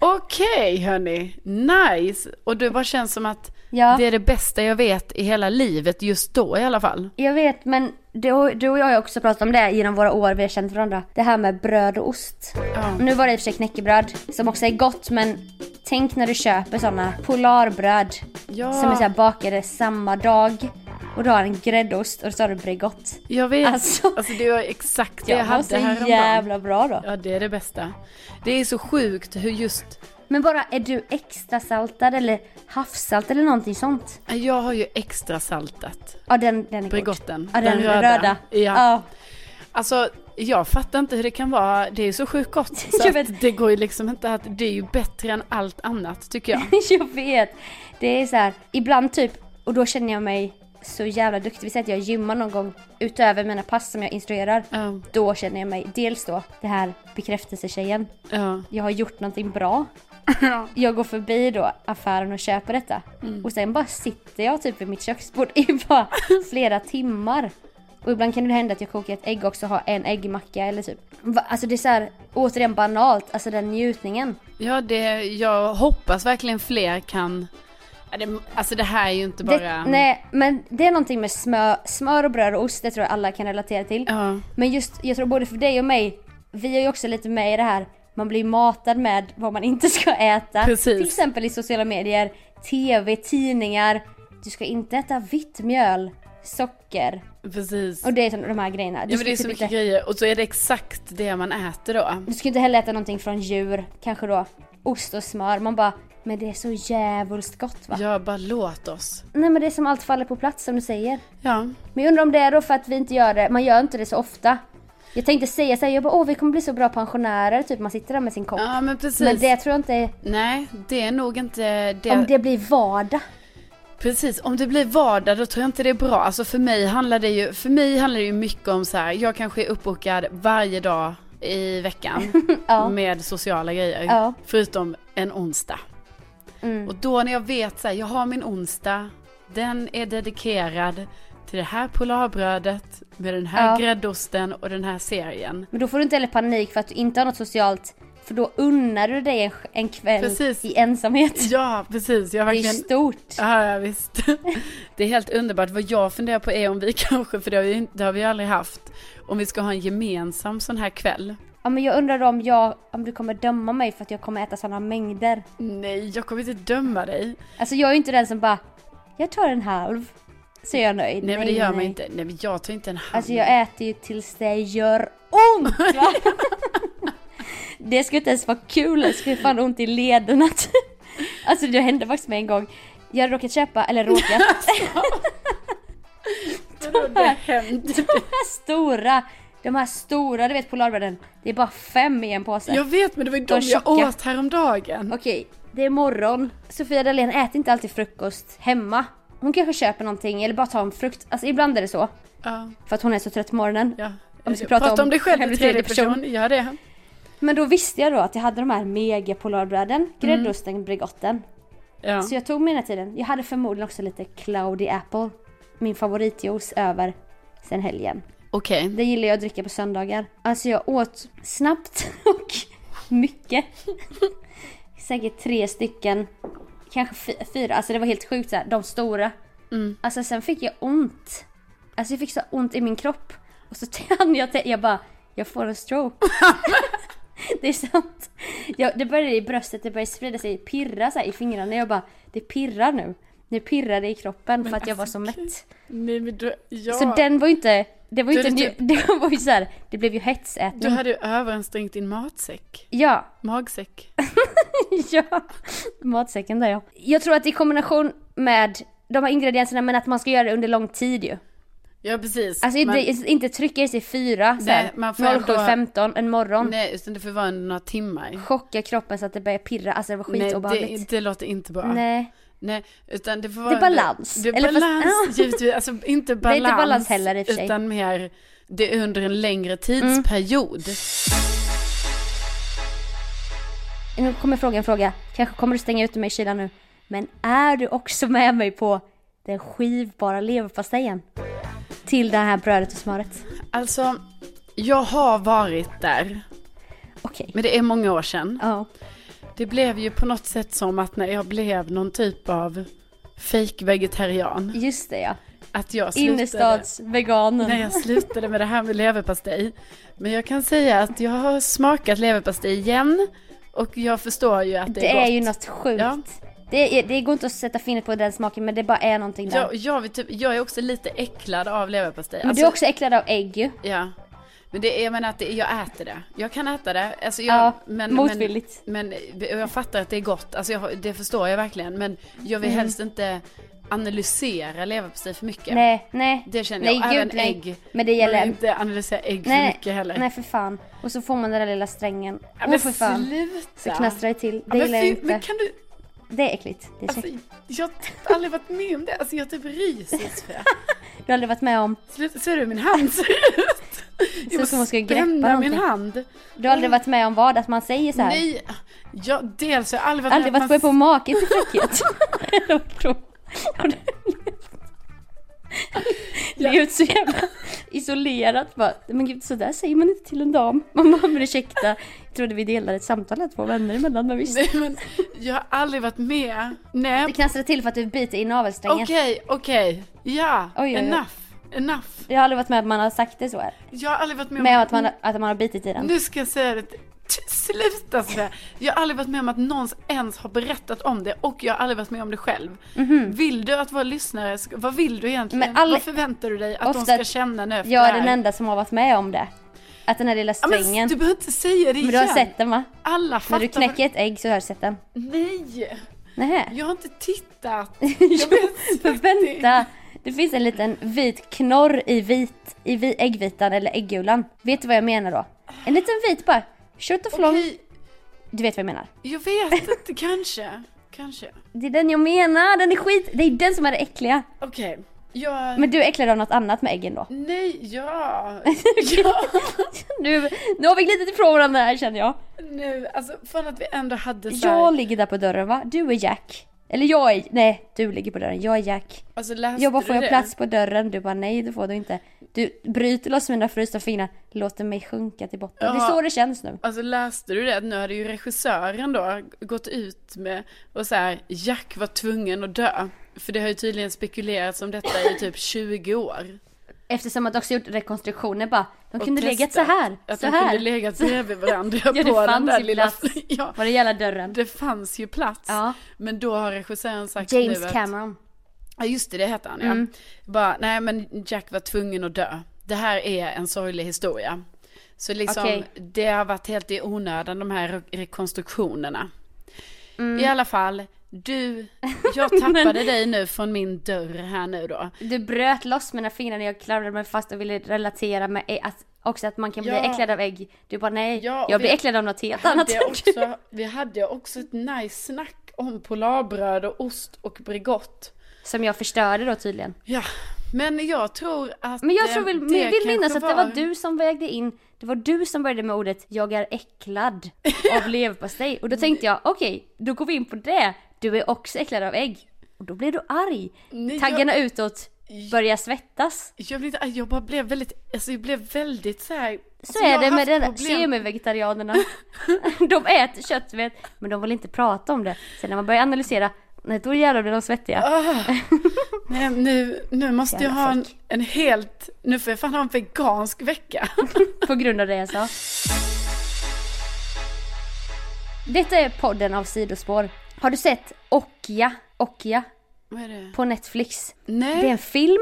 Speaker 2: Okej hörni, nice! Och det bara känns som att
Speaker 5: Ja.
Speaker 2: det är det bästa jag vet i hela livet just då i alla fall.
Speaker 5: Jag vet, men du, och- du och jag har ju också pratat om det genom våra år vi har känt varandra. Det här med bröd och ost. Nu var det i och för sig knäckebröd, som också är gott, men tänk när du köper sådana polarbröd
Speaker 2: Ja.
Speaker 5: som är så här bakade samma dag. Och du har en gräddost och så har du Bregott.
Speaker 2: Jag vet,
Speaker 5: Alltså-
Speaker 2: alltså, det var exakt det jag,
Speaker 5: Jag var så
Speaker 2: hade häromdagen.
Speaker 5: jävla bra då.
Speaker 2: Ja, det är det bästa. Det är så sjukt hur just,
Speaker 5: Men bara, är du extra saltad eller havssalt eller någonting sånt?
Speaker 2: jag har ju extra saltat.
Speaker 5: Ja, den, den är
Speaker 2: Bregotten.
Speaker 5: god. Ja, den,
Speaker 2: Den
Speaker 5: röda.
Speaker 2: röda.
Speaker 5: Ja.
Speaker 2: Ja. Alltså, jag fattar inte hur det kan vara, det är så sjukt gott. Så
Speaker 5: Jag
Speaker 2: jag
Speaker 5: vet.
Speaker 2: vet. det går ju liksom inte att, det är ju bättre än allt annat tycker jag.
Speaker 5: jag vet. Det är så här, ibland typ, och då känner jag mig så jävla duktig. Vi säger att jag gymmar någon gång utöver mina pass som jag instruerar.
Speaker 2: Ja,
Speaker 5: Då känner jag mig, dels då, det här bekräftelsetjejen.
Speaker 2: ja,
Speaker 5: Jag har gjort någonting bra. Jag går förbi då affären och köper detta.
Speaker 2: Mm.
Speaker 5: Och sen bara sitter jag typ vid mitt köksbord i bara flera timmar. Och ibland kan det hända att jag kokar ett ägg också och har en äggmacka eller typ. Va- Alltså det är så här, återigen banalt, alltså den njutningen.
Speaker 2: ja det, jag hoppas verkligen fler kan, ja, det, alltså det här är ju inte bara...
Speaker 5: Det, nej, men det är någonting med smör, smör och bröd och ost, det tror jag alla kan relatera till.
Speaker 2: Ja.
Speaker 5: Men just, jag tror både för dig och mig, vi är ju också lite med i det här, man blir matad med vad man inte ska äta.
Speaker 2: Precis.
Speaker 5: Till exempel i sociala medier, TV, tidningar. Du ska inte äta vitt mjöl, socker
Speaker 2: Precis.
Speaker 5: och det är sån- de här grejerna. Du,
Speaker 2: Ja,
Speaker 5: ska
Speaker 2: men det är
Speaker 5: typ
Speaker 2: så mycket
Speaker 5: inte,
Speaker 2: grejer och så är det exakt det man äter då.
Speaker 5: du ska inte heller äta någonting från djur, kanske då ost och smör. Man bara, men det är så jävulst gott va?
Speaker 2: Ja, bara låt oss.
Speaker 5: Nej men det är som allt faller på plats som du säger.
Speaker 2: Ja.
Speaker 5: Men jag undrar om det är då för att vi inte gör det, man gör inte det så ofta. Jag tänkte säga såhär, jag bara åh vi kommer bli så bra pensionärer, typ man sitter där med sin kopp.
Speaker 2: Ja men precis.
Speaker 5: men det tror jag inte,
Speaker 2: Nej, det är nog inte det.
Speaker 5: om det blir vardag.
Speaker 2: Precis, om det blir vardag då tror jag inte det är bra. Alltså för mig handlar det ju, för mig handlar det ju mycket om så här, jag kanske är uppbokad varje dag i veckan
Speaker 5: Ja.
Speaker 2: med sociala grejer.
Speaker 5: Ja. Mm.
Speaker 2: Förutom en onsdag. Och då när jag vet så här, jag har min onsdag, den är dedikerad till det här polarbrödet med den här
Speaker 5: Ja.
Speaker 2: gräddosten och den här serien.
Speaker 5: Men då får du inte heller panik för att du inte har något socialt, för då unnar du dig en, en kväll
Speaker 2: Precis.
Speaker 5: i ensamhet.
Speaker 2: Ja, precis. Jag har
Speaker 5: Det är
Speaker 2: verkligen
Speaker 5: stort.
Speaker 2: Ja, ja visst. Det är helt underbart. Vad jag funderar på är om vi kanske, för det har vi, inte- det har vi aldrig haft, om vi ska ha en gemensam sån här kväll.
Speaker 5: Ja men jag undrar om jag, om du kommer döma mig för att jag kommer äta sådana mängder.
Speaker 2: Nej, jag kommer inte döma dig.
Speaker 5: Alltså jag är ju inte den som bara, jag tar en halv, så är jag nöjd.
Speaker 2: Nej, men det gör man inte. Nej men jag tar inte en hand.
Speaker 5: Alltså jag äter ju tills det gör ont va? Det skulle inte ens vara kul, det skulle fan ont i lederna. Alltså det hände faktiskt med en gång. Jag hade råkat köpa, eller råkat,
Speaker 2: Vadå, det händer.
Speaker 5: de här stora, de här stora, du vet polarbröden. Det är bara fem i en påse.
Speaker 2: Jag vet men det var ju
Speaker 5: De
Speaker 2: de jag
Speaker 5: tjocka.
Speaker 2: åt häromdagen.
Speaker 5: Okej, det är morgon. Sofia Dalén äter inte alltid frukost hemma. Hon kanske köper någonting eller bara tar en frukt. Alltså ibland är det så.
Speaker 2: Ja,
Speaker 5: För att hon är så trött på morgonen.
Speaker 2: ja. Eh,
Speaker 5: Om vi ska prata
Speaker 2: prata
Speaker 5: om
Speaker 2: om dig själv i
Speaker 5: hemlig
Speaker 2: tredje
Speaker 5: tredje person.
Speaker 2: person, gör det.
Speaker 5: Men då visste jag då att jag hade de här mega
Speaker 2: Mm.
Speaker 5: polarbröden, gräddosten, Bregotten.
Speaker 2: Ja.
Speaker 5: Så jag tog mig den här tiden. Jag hade förmodligen också lite Cloudy Apple. Min favoritjuice över sen helgen.
Speaker 2: Okej.
Speaker 5: Det gillar jag att dricka på söndagar. Alltså jag åt snabbt och mycket. Säkert tre stycken. Kanske fy- fyra. Alltså det var helt sjukt så här. De stora.
Speaker 3: Alltså sen fick jag ont. Alltså jag fick så ont i min kropp. Och så hann jag tänka, jag bara, jag får en stroke. det är sant. Jag, det började i bröstet, det började sprida sig, pirra så här i fingrarna. Jag bara, det pirrar nu. Nu pirrar det i kroppen för att jag var så mätt.
Speaker 2: Nej men du, ja.
Speaker 3: Så den var ju inte, det var ju
Speaker 2: Då är
Speaker 3: inte,
Speaker 2: det
Speaker 3: det, det var ju så här, det blev ju
Speaker 2: Du
Speaker 3: hetsätning.
Speaker 2: hade ju överansträngt din matsäck.
Speaker 3: Ja,
Speaker 2: Magsäck.
Speaker 3: ja. Matsäcken där ja. Jag tror att i kombination med de här ingredienserna men att man ska göra det under lång tid ju.
Speaker 2: Ja precis.
Speaker 3: Alltså
Speaker 2: Men-
Speaker 3: inte, inte trycka i sig fyra
Speaker 2: Nej,
Speaker 3: sen
Speaker 2: man får ändå-
Speaker 3: 07.15 en morgon.
Speaker 2: Nej utan det får vara några timmar.
Speaker 3: Chocka kroppen så att det börjar pirra, alltså det var
Speaker 2: Nej det,
Speaker 3: skitobehagligt.
Speaker 2: det låter inte bra.
Speaker 3: Nej,
Speaker 2: Nej, utan det får
Speaker 3: Det är
Speaker 2: vara...
Speaker 3: balans.
Speaker 2: Det är
Speaker 3: Eller fast-
Speaker 2: balans,
Speaker 3: Ja.
Speaker 2: givetvis. Alltså inte
Speaker 3: är
Speaker 2: balans.
Speaker 3: inte balans heller i och för sig. Mm.
Speaker 2: Utan mer, det är under en längre tidsperiod.
Speaker 3: nu kommer frågan fråga. Kanske kommer du stänga ut mig i kylan nu. Men är du också med mig på den skivbara leverpastejen? Till det här brödet och smöret.
Speaker 2: Alltså, jag har varit där.
Speaker 3: Okej.
Speaker 2: Men det är många år sedan.
Speaker 3: Ja.
Speaker 2: Det blev ju på något sätt som att när jag blev någon typ av fake vegetarian
Speaker 3: Just det ja.
Speaker 2: Att jag slutade.
Speaker 3: Innerstadsveganen.
Speaker 2: När jag slutade med det här med leverpastej. Men jag kan säga att jag har smakat leverpastej igen. Och jag förstår ju att det,
Speaker 3: Det
Speaker 2: är gott.
Speaker 3: är ju något sjukt.
Speaker 2: Ja.
Speaker 3: Det, är, det går inte att sätta fingret på den smaken men det bara är någonting där.
Speaker 2: Jag, jag, vet typ, jag är också lite äcklad av leverpastej. Alltså,
Speaker 3: men du är också äcklad av ägg ju.
Speaker 2: Ja. Men det, jag menar att det, jag äter det. Jag kan äta det. Alltså jag,
Speaker 3: Ja,
Speaker 2: men,
Speaker 3: motvilligt.
Speaker 2: Men, men och jag fattar att det är gott. Alltså jag, har- det förstår jag verkligen. Men jag
Speaker 3: Mm.
Speaker 2: vill helst inte analysera leverpastej för mycket.
Speaker 3: Nej, nej.
Speaker 2: Det känner
Speaker 3: nej,
Speaker 2: jag. Även
Speaker 3: gud, nej.
Speaker 2: ägg.
Speaker 3: Men det
Speaker 2: Man
Speaker 3: gäller
Speaker 2: vill inte analysera ägg
Speaker 3: nej,
Speaker 2: för mycket heller.
Speaker 3: Nej för fan. Och så får man den där lilla strängen.
Speaker 2: Ja,
Speaker 3: Åh
Speaker 2: men
Speaker 3: för fan.
Speaker 2: sluta.
Speaker 3: Så knastrar det till. Det
Speaker 2: men,
Speaker 3: gillar jag
Speaker 2: fy-
Speaker 3: inte.
Speaker 2: men kan du,
Speaker 3: Det är äckligt. Det är
Speaker 2: alltså,
Speaker 3: käckt.
Speaker 2: jag har typ aldrig varit med om det. Alltså jag typ ryser. Sofia. Alltså-
Speaker 3: Du har aldrig varit med om,
Speaker 2: Sluta, Ser du hur min hand ser ut?
Speaker 3: Så
Speaker 2: måste
Speaker 3: som hon ska greppa
Speaker 2: spänna min
Speaker 3: någonting.
Speaker 2: hand.
Speaker 3: du har aldrig varit med om vad? Att man säger så här.
Speaker 2: Nej, ja, dels har jag aldrig varit
Speaker 3: aldrig
Speaker 2: med
Speaker 3: varit
Speaker 2: att
Speaker 3: på,
Speaker 2: man-
Speaker 3: på maken till fräckhet. Eller vad tror du? Det är ju så jävla isolerat bara. Men gud sådär säger man inte till en dam. Man bara men ursäkta. Jag trodde vi delade ett samtal här två vänner emellan men visst.
Speaker 2: Nej, men jag har aldrig varit med. Nej,
Speaker 3: Du knastrade till för att du biter i navelsträngen.
Speaker 2: okej, okej. Ja,
Speaker 3: Oj, oj, oj.
Speaker 2: enough. Enough.
Speaker 3: Jag har aldrig varit med att man har sagt det så här.
Speaker 2: Jag har aldrig varit med om...
Speaker 3: Med att man, har- att man har bitit i den.
Speaker 2: Nu ska jag säga det. T- Sluta Sofia! Jag har aldrig varit med om att någon ens har berättat om det och jag har aldrig varit med om det själv. Vill du att våra lyssnare, ska, vad vill du egentligen?
Speaker 3: Mhm. Men alla-
Speaker 2: vad förväntar du dig att de
Speaker 3: Ofta
Speaker 2: ska känna nu efter
Speaker 3: Jag
Speaker 2: det
Speaker 3: är
Speaker 2: här?
Speaker 3: den enda som har varit med om det. Att den här lilla
Speaker 2: ja, men,
Speaker 3: strängen.
Speaker 2: s- Du behöver inte säga det
Speaker 3: men
Speaker 2: igen.
Speaker 3: du har sett den va?
Speaker 2: Alla
Speaker 3: När
Speaker 2: fattar.
Speaker 3: du knäcker ett ägg så har du sett den.
Speaker 2: vad- Nej!
Speaker 3: Nähä.
Speaker 2: Jag har inte tittat.
Speaker 3: Jo,
Speaker 2: Jag vet
Speaker 3: för
Speaker 2: inte.
Speaker 3: vänta! Det finns en liten vit knorr i, vit, i vi- äggvitan eller äggulan. Vet du vad jag menar då? En liten vit bara. Tjott och flång.
Speaker 2: Okej,
Speaker 3: Du vet vad jag menar.
Speaker 2: jag vet inte. Kanske. Kanske.
Speaker 3: Det är den jag menar, den är skit. Det är den som är det äckliga.
Speaker 2: Okej. Jag...
Speaker 3: Men du är äcklad av något annat med äggen då.
Speaker 2: Nej, ja. ja.
Speaker 3: Nu, nu har vi glidit ifrån varandra här känner jag.
Speaker 2: Nu, alltså från att vi ändå hade så här,
Speaker 3: Jag ligger där på dörren va? Du är Jack. Eller jag är, nej du ligger på dörren, jag är Jack.
Speaker 2: alltså, läste
Speaker 3: Jag bara
Speaker 2: du
Speaker 3: får jag
Speaker 2: det?
Speaker 3: plats på dörren? Du bara nej det får du inte. Du bryter loss mina frysta fingrar, låter mig sjunka till botten. Det är
Speaker 2: Jaha.
Speaker 3: så det känns nu.
Speaker 2: Alltså läste du det? Nu hade ju regissören då gått ut med och så här, Jack var tvungen att dö. För det har ju tydligen spekulerats om detta i typ 20 år.
Speaker 3: Eftersom att också gjort rekonstruktioner bara. De
Speaker 2: Och
Speaker 3: kunde legat så
Speaker 2: testat
Speaker 3: här.
Speaker 2: Att
Speaker 3: så
Speaker 2: de
Speaker 3: här.
Speaker 2: kunde legat bredvid varandra
Speaker 3: ja, det
Speaker 2: på den
Speaker 3: fanns
Speaker 2: där
Speaker 3: ju
Speaker 2: lilla...
Speaker 3: plats.
Speaker 2: Ja,
Speaker 3: Var det gäller dörren.
Speaker 2: det fanns ju plats.
Speaker 3: Ja.
Speaker 2: Men då har regissören sagt
Speaker 3: James
Speaker 2: nu att...
Speaker 3: Cameron.
Speaker 2: Ja just det, det hette han ja.
Speaker 3: Mm.
Speaker 2: Bara, nej men Jack var tvungen att dö. Det här är en sorglig historia. Så liksom,
Speaker 3: Okej.
Speaker 2: det har varit helt i onödan de här re- rekonstruktionerna.
Speaker 3: Mm.
Speaker 2: I alla fall, du, jag tappade dig nu från min dörr här nu då.
Speaker 3: Du bröt loss mina fingrar när jag klamrade mig fast och ville relatera med ä- att, också att man kan bli
Speaker 2: Ja.
Speaker 3: äcklad av ägg. Du bara nej,
Speaker 2: Ja, och
Speaker 3: jag
Speaker 2: vi-
Speaker 3: blir äcklad av något helt annat.
Speaker 2: Hade också, vi hade också ett nice snack om polarbröd och ost och Bregott.
Speaker 3: Som jag förstörde då tydligen.
Speaker 2: Ja, men jag tror att
Speaker 3: Men jag
Speaker 2: eh,
Speaker 3: tror väl,
Speaker 2: det
Speaker 3: vill
Speaker 2: kanske
Speaker 3: minnas att det var du som vägde in. Det var du som började med ordet jag är äcklad av leverpastej. Och då tänkte jag okej, då går vi in på det. Du är också äcklad av ägg. Och då blev du arg.
Speaker 2: Nej,
Speaker 3: Taggarna
Speaker 2: jag-
Speaker 3: utåt börjar svettas.
Speaker 2: Jag blev, inte- jag bara blev väldigt, alltså jag blev väldigt så här.
Speaker 3: Så är det med den semivegetarianerna. de äter kött vet, men de vill inte prata om det. Sen när man börjar analysera, Nej, då jävlar blir de svettiga.
Speaker 2: Ah, nej, nu, nu måste jag
Speaker 3: Jävla
Speaker 2: ha en,
Speaker 3: folk.
Speaker 2: en helt, nu får jag fan ha en vegansk vecka.
Speaker 3: På grund av det jag sa. Detta är podden av sidospår. Har du sett Okja? Okja
Speaker 2: Vad är det?
Speaker 3: på Netflix. Det är
Speaker 2: Nej.
Speaker 3: en film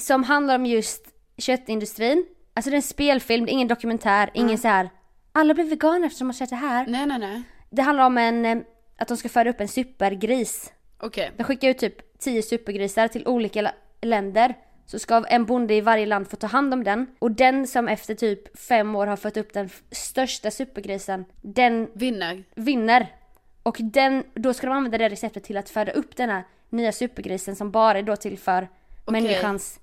Speaker 3: som handlar om just köttindustrin. Alltså det är en spelfilm, det är ingen dokumentär, ingen så här. Alla blir veganer eftersom de har kött det här.
Speaker 2: Nej, nej, nej.
Speaker 3: Det handlar om en, eh, att de ska föda upp en supergris.
Speaker 2: Okej.
Speaker 3: De skickar ut typ 10 supergrisar till olika la- länder. Så ska en bonde i varje land få ta hand om den. Och den som efter typ fem år har fött upp den f- största supergrisen, den
Speaker 2: Vinner.
Speaker 3: vinner. Och den, då ska de använda det receptet till att föda upp den här nya supergrisen som bara är då till för
Speaker 2: Okej.
Speaker 3: människans.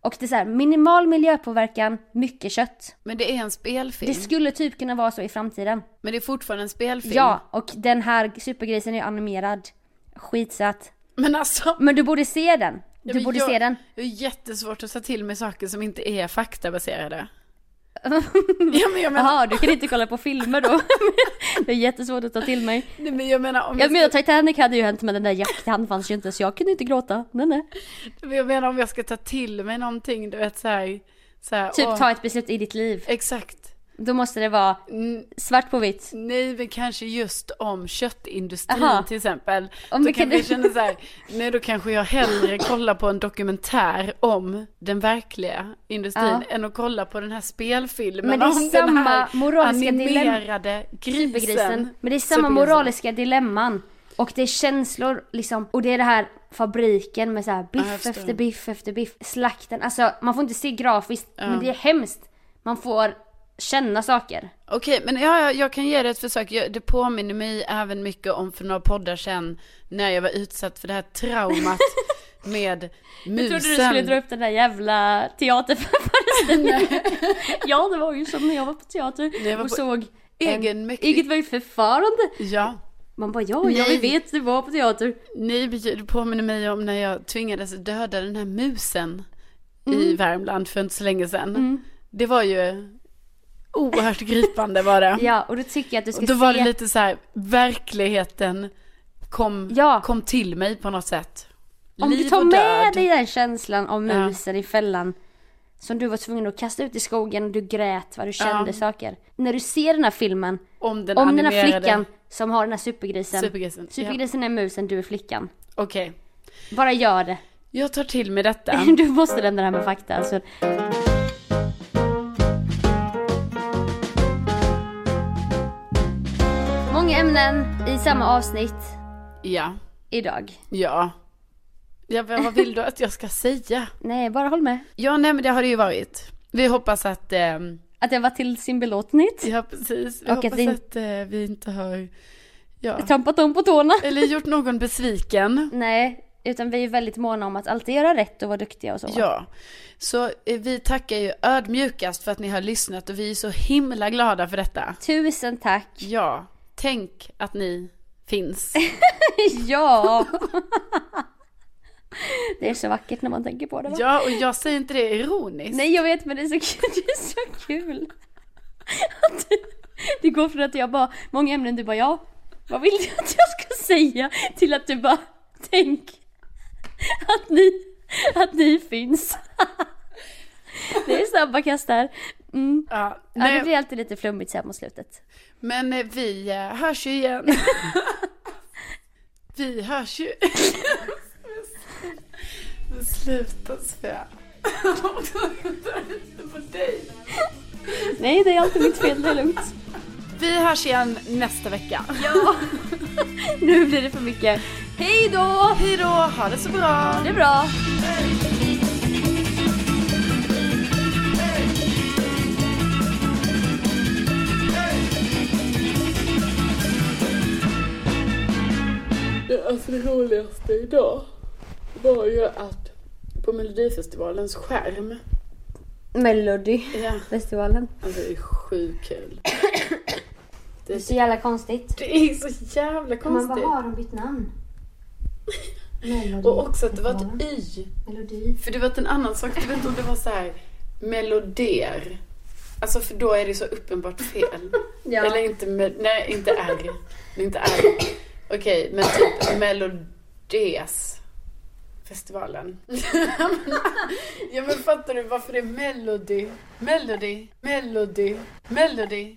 Speaker 3: Och det är så här, minimal miljöpåverkan, mycket kött.
Speaker 2: Men det är en spelfilm.
Speaker 3: Det skulle typ kunna vara så i framtiden.
Speaker 2: Men det är fortfarande en spelfilm.
Speaker 3: Ja, och den här supergrisen är animerad. Skitsatt.
Speaker 2: Men alltså.
Speaker 3: Men du borde se den. Du
Speaker 2: Ja, men
Speaker 3: borde
Speaker 2: jag,
Speaker 3: se den.
Speaker 2: Jag är jättesvårt att ta till mig saker som inte är faktabaserade. ja, men jag menar,
Speaker 3: Jaha, du kan inte kolla på filmer då. det är jättesvårt att ta till mig.
Speaker 2: nej, men jag menar, om
Speaker 3: Jag
Speaker 2: jag,
Speaker 3: menar Titanic hade ju hänt men den där jakten han fanns ju inte så jag kunde inte gråta. Nej, nej.
Speaker 2: ska, jag menar om jag ska ta till mig någonting, du vet så här, så här
Speaker 3: Typ
Speaker 2: åh,
Speaker 3: ta ett beslut i ditt liv.
Speaker 2: Exakt.
Speaker 3: Då måste det vara
Speaker 2: Mm,
Speaker 3: svart på vitt.
Speaker 2: Nej, men kanske just om köttindustrin
Speaker 3: Aha.
Speaker 2: till exempel.
Speaker 3: men
Speaker 2: då
Speaker 3: kan
Speaker 2: kanske
Speaker 3: du-
Speaker 2: jag känner så här, nej då kanske jag hellre kollar på en dokumentär om den verkliga industrin
Speaker 3: Ja.
Speaker 2: än att kolla på den här spelfilmen
Speaker 3: Men det är
Speaker 2: om
Speaker 3: samma
Speaker 2: den här
Speaker 3: moraliska dilemma-
Speaker 2: animerade grisen.
Speaker 3: Supergrisen. Men det är samma
Speaker 2: Supergrisen.
Speaker 3: moraliska dilemman. Och det är känslor liksom. Och det är det här fabriken med så här biff
Speaker 2: Ja, jag förstår.
Speaker 3: efter biff efter biff. Slakten. Alltså man får inte se grafiskt men det är hemskt. Man får känna saker.
Speaker 2: Okej, men ja, ja, jag kan ge det ett försök. Jag, det påminner mig även mycket om för några poddar sedan när jag var utsatt för det här traumat med musen.
Speaker 3: Jag trodde du skulle dra upp den där jävla teaterföreställningen. ja, det var ju som när jag var på teater
Speaker 2: jag var
Speaker 3: och
Speaker 2: på
Speaker 3: såg
Speaker 2: egenmäktig-
Speaker 3: Eget var ju förfarande.
Speaker 2: Ja.
Speaker 3: Man bara ja, ja,
Speaker 2: Nej.
Speaker 3: vi vet du var på teater.
Speaker 2: Nej, men det påminner mig om när jag tvingades döda den här musen
Speaker 3: Mm.
Speaker 2: i Värmland för inte så länge sedan. Det var ju oerhört gripande var det.
Speaker 3: Ja, och då tycker jag att du ska
Speaker 2: Och då var
Speaker 3: se.
Speaker 2: det lite så här, verkligheten kom,
Speaker 3: Ja.
Speaker 2: kom till mig på något sätt.
Speaker 3: Om du
Speaker 2: Liv
Speaker 3: tar
Speaker 2: och
Speaker 3: med
Speaker 2: död.
Speaker 3: dig den känslan av
Speaker 2: Ja.
Speaker 3: musen i fällan som du var tvungen att kasta ut i skogen och du grät vad du kände saker. När du ser den här filmen
Speaker 2: Om den
Speaker 3: om den här
Speaker 2: animerade-
Speaker 3: flickan som har den här supergrisen.
Speaker 2: Supergrisen, ja.
Speaker 3: Supergrisen är musen, du är flickan.
Speaker 2: Okej,
Speaker 3: Bara gör det.
Speaker 2: jag tar till mig detta.
Speaker 3: Du måste lämna det här med fakta alltså. Många ämnen i samma avsnitt
Speaker 2: Ja,
Speaker 3: idag.
Speaker 2: ja. ja men vad vill du att jag ska säga?
Speaker 3: Nej, bara håll med.
Speaker 2: Ja, nej men det har det ju varit. Vi hoppas att ehm,
Speaker 3: Att jag var till sin belåtenhet.
Speaker 2: Ja, precis. Vi
Speaker 3: Och att
Speaker 2: hoppas att,
Speaker 3: vi-
Speaker 2: eh, vi inte har ja,
Speaker 3: Trampat dem på tårna.
Speaker 2: eller gjort någon besviken.
Speaker 3: Nej, utan vi är väldigt måna om att alltid göra rätt och vara duktiga och så. va?
Speaker 2: Ja, så eh, vi tackar ju ödmjukast för att ni har lyssnat och vi är så himla glada för detta.
Speaker 3: Tusen tack.
Speaker 2: Ja, tänk att ni finns.
Speaker 3: Ja! det är så vackert när man tänker på det va?
Speaker 2: Ja, och jag säger inte det ironiskt.
Speaker 3: Nej jag vet men det är så kul, det är så kul. Att du- Det går från att jag bara, många ämnen du bara ja, vad vill du att jag ska säga? Till att du bara, tänk att ni, att ni finns. Det är snabba kast där. Mm.
Speaker 2: Ja,
Speaker 3: Ja,
Speaker 2: nej,
Speaker 3: det blir alltid lite flummigt så här mot slutet.
Speaker 2: Men eh, vi eh, hörs ju igen. vi hörs ju. Men Sluta Svea. på dig.
Speaker 3: Nej det är alltid mitt fel, det är lugnt.
Speaker 2: Vi hörs igen nästa vecka.
Speaker 3: Ja, nu blir det för mycket. Hej då!
Speaker 2: Hej då, ha det så bra.
Speaker 3: Det är bra.
Speaker 2: Det, alltså det roligaste idag var ju att på Melodifestivalens skärm.
Speaker 3: Melody.
Speaker 2: Ja,
Speaker 3: Festivalen.
Speaker 2: alltså det är sjukt kul.
Speaker 3: Det är så jävla konstigt.
Speaker 2: Det är så jävla
Speaker 3: Man bara,
Speaker 2: konstigt.
Speaker 3: har de bytt namn? Melody.
Speaker 2: Och också att det var
Speaker 3: Mm.
Speaker 2: ett y.
Speaker 3: Melodi.
Speaker 2: För det var en annan sak, jag vet inte om det var så här meloder. Alltså för då är det så uppenbart fel.
Speaker 3: Ja.
Speaker 2: Eller inte, med, nej inte R. Det är Inte R. Okej, men typ Melodies festivalen. ja men fattar du varför det är Melody? Melody, Melody, Melody.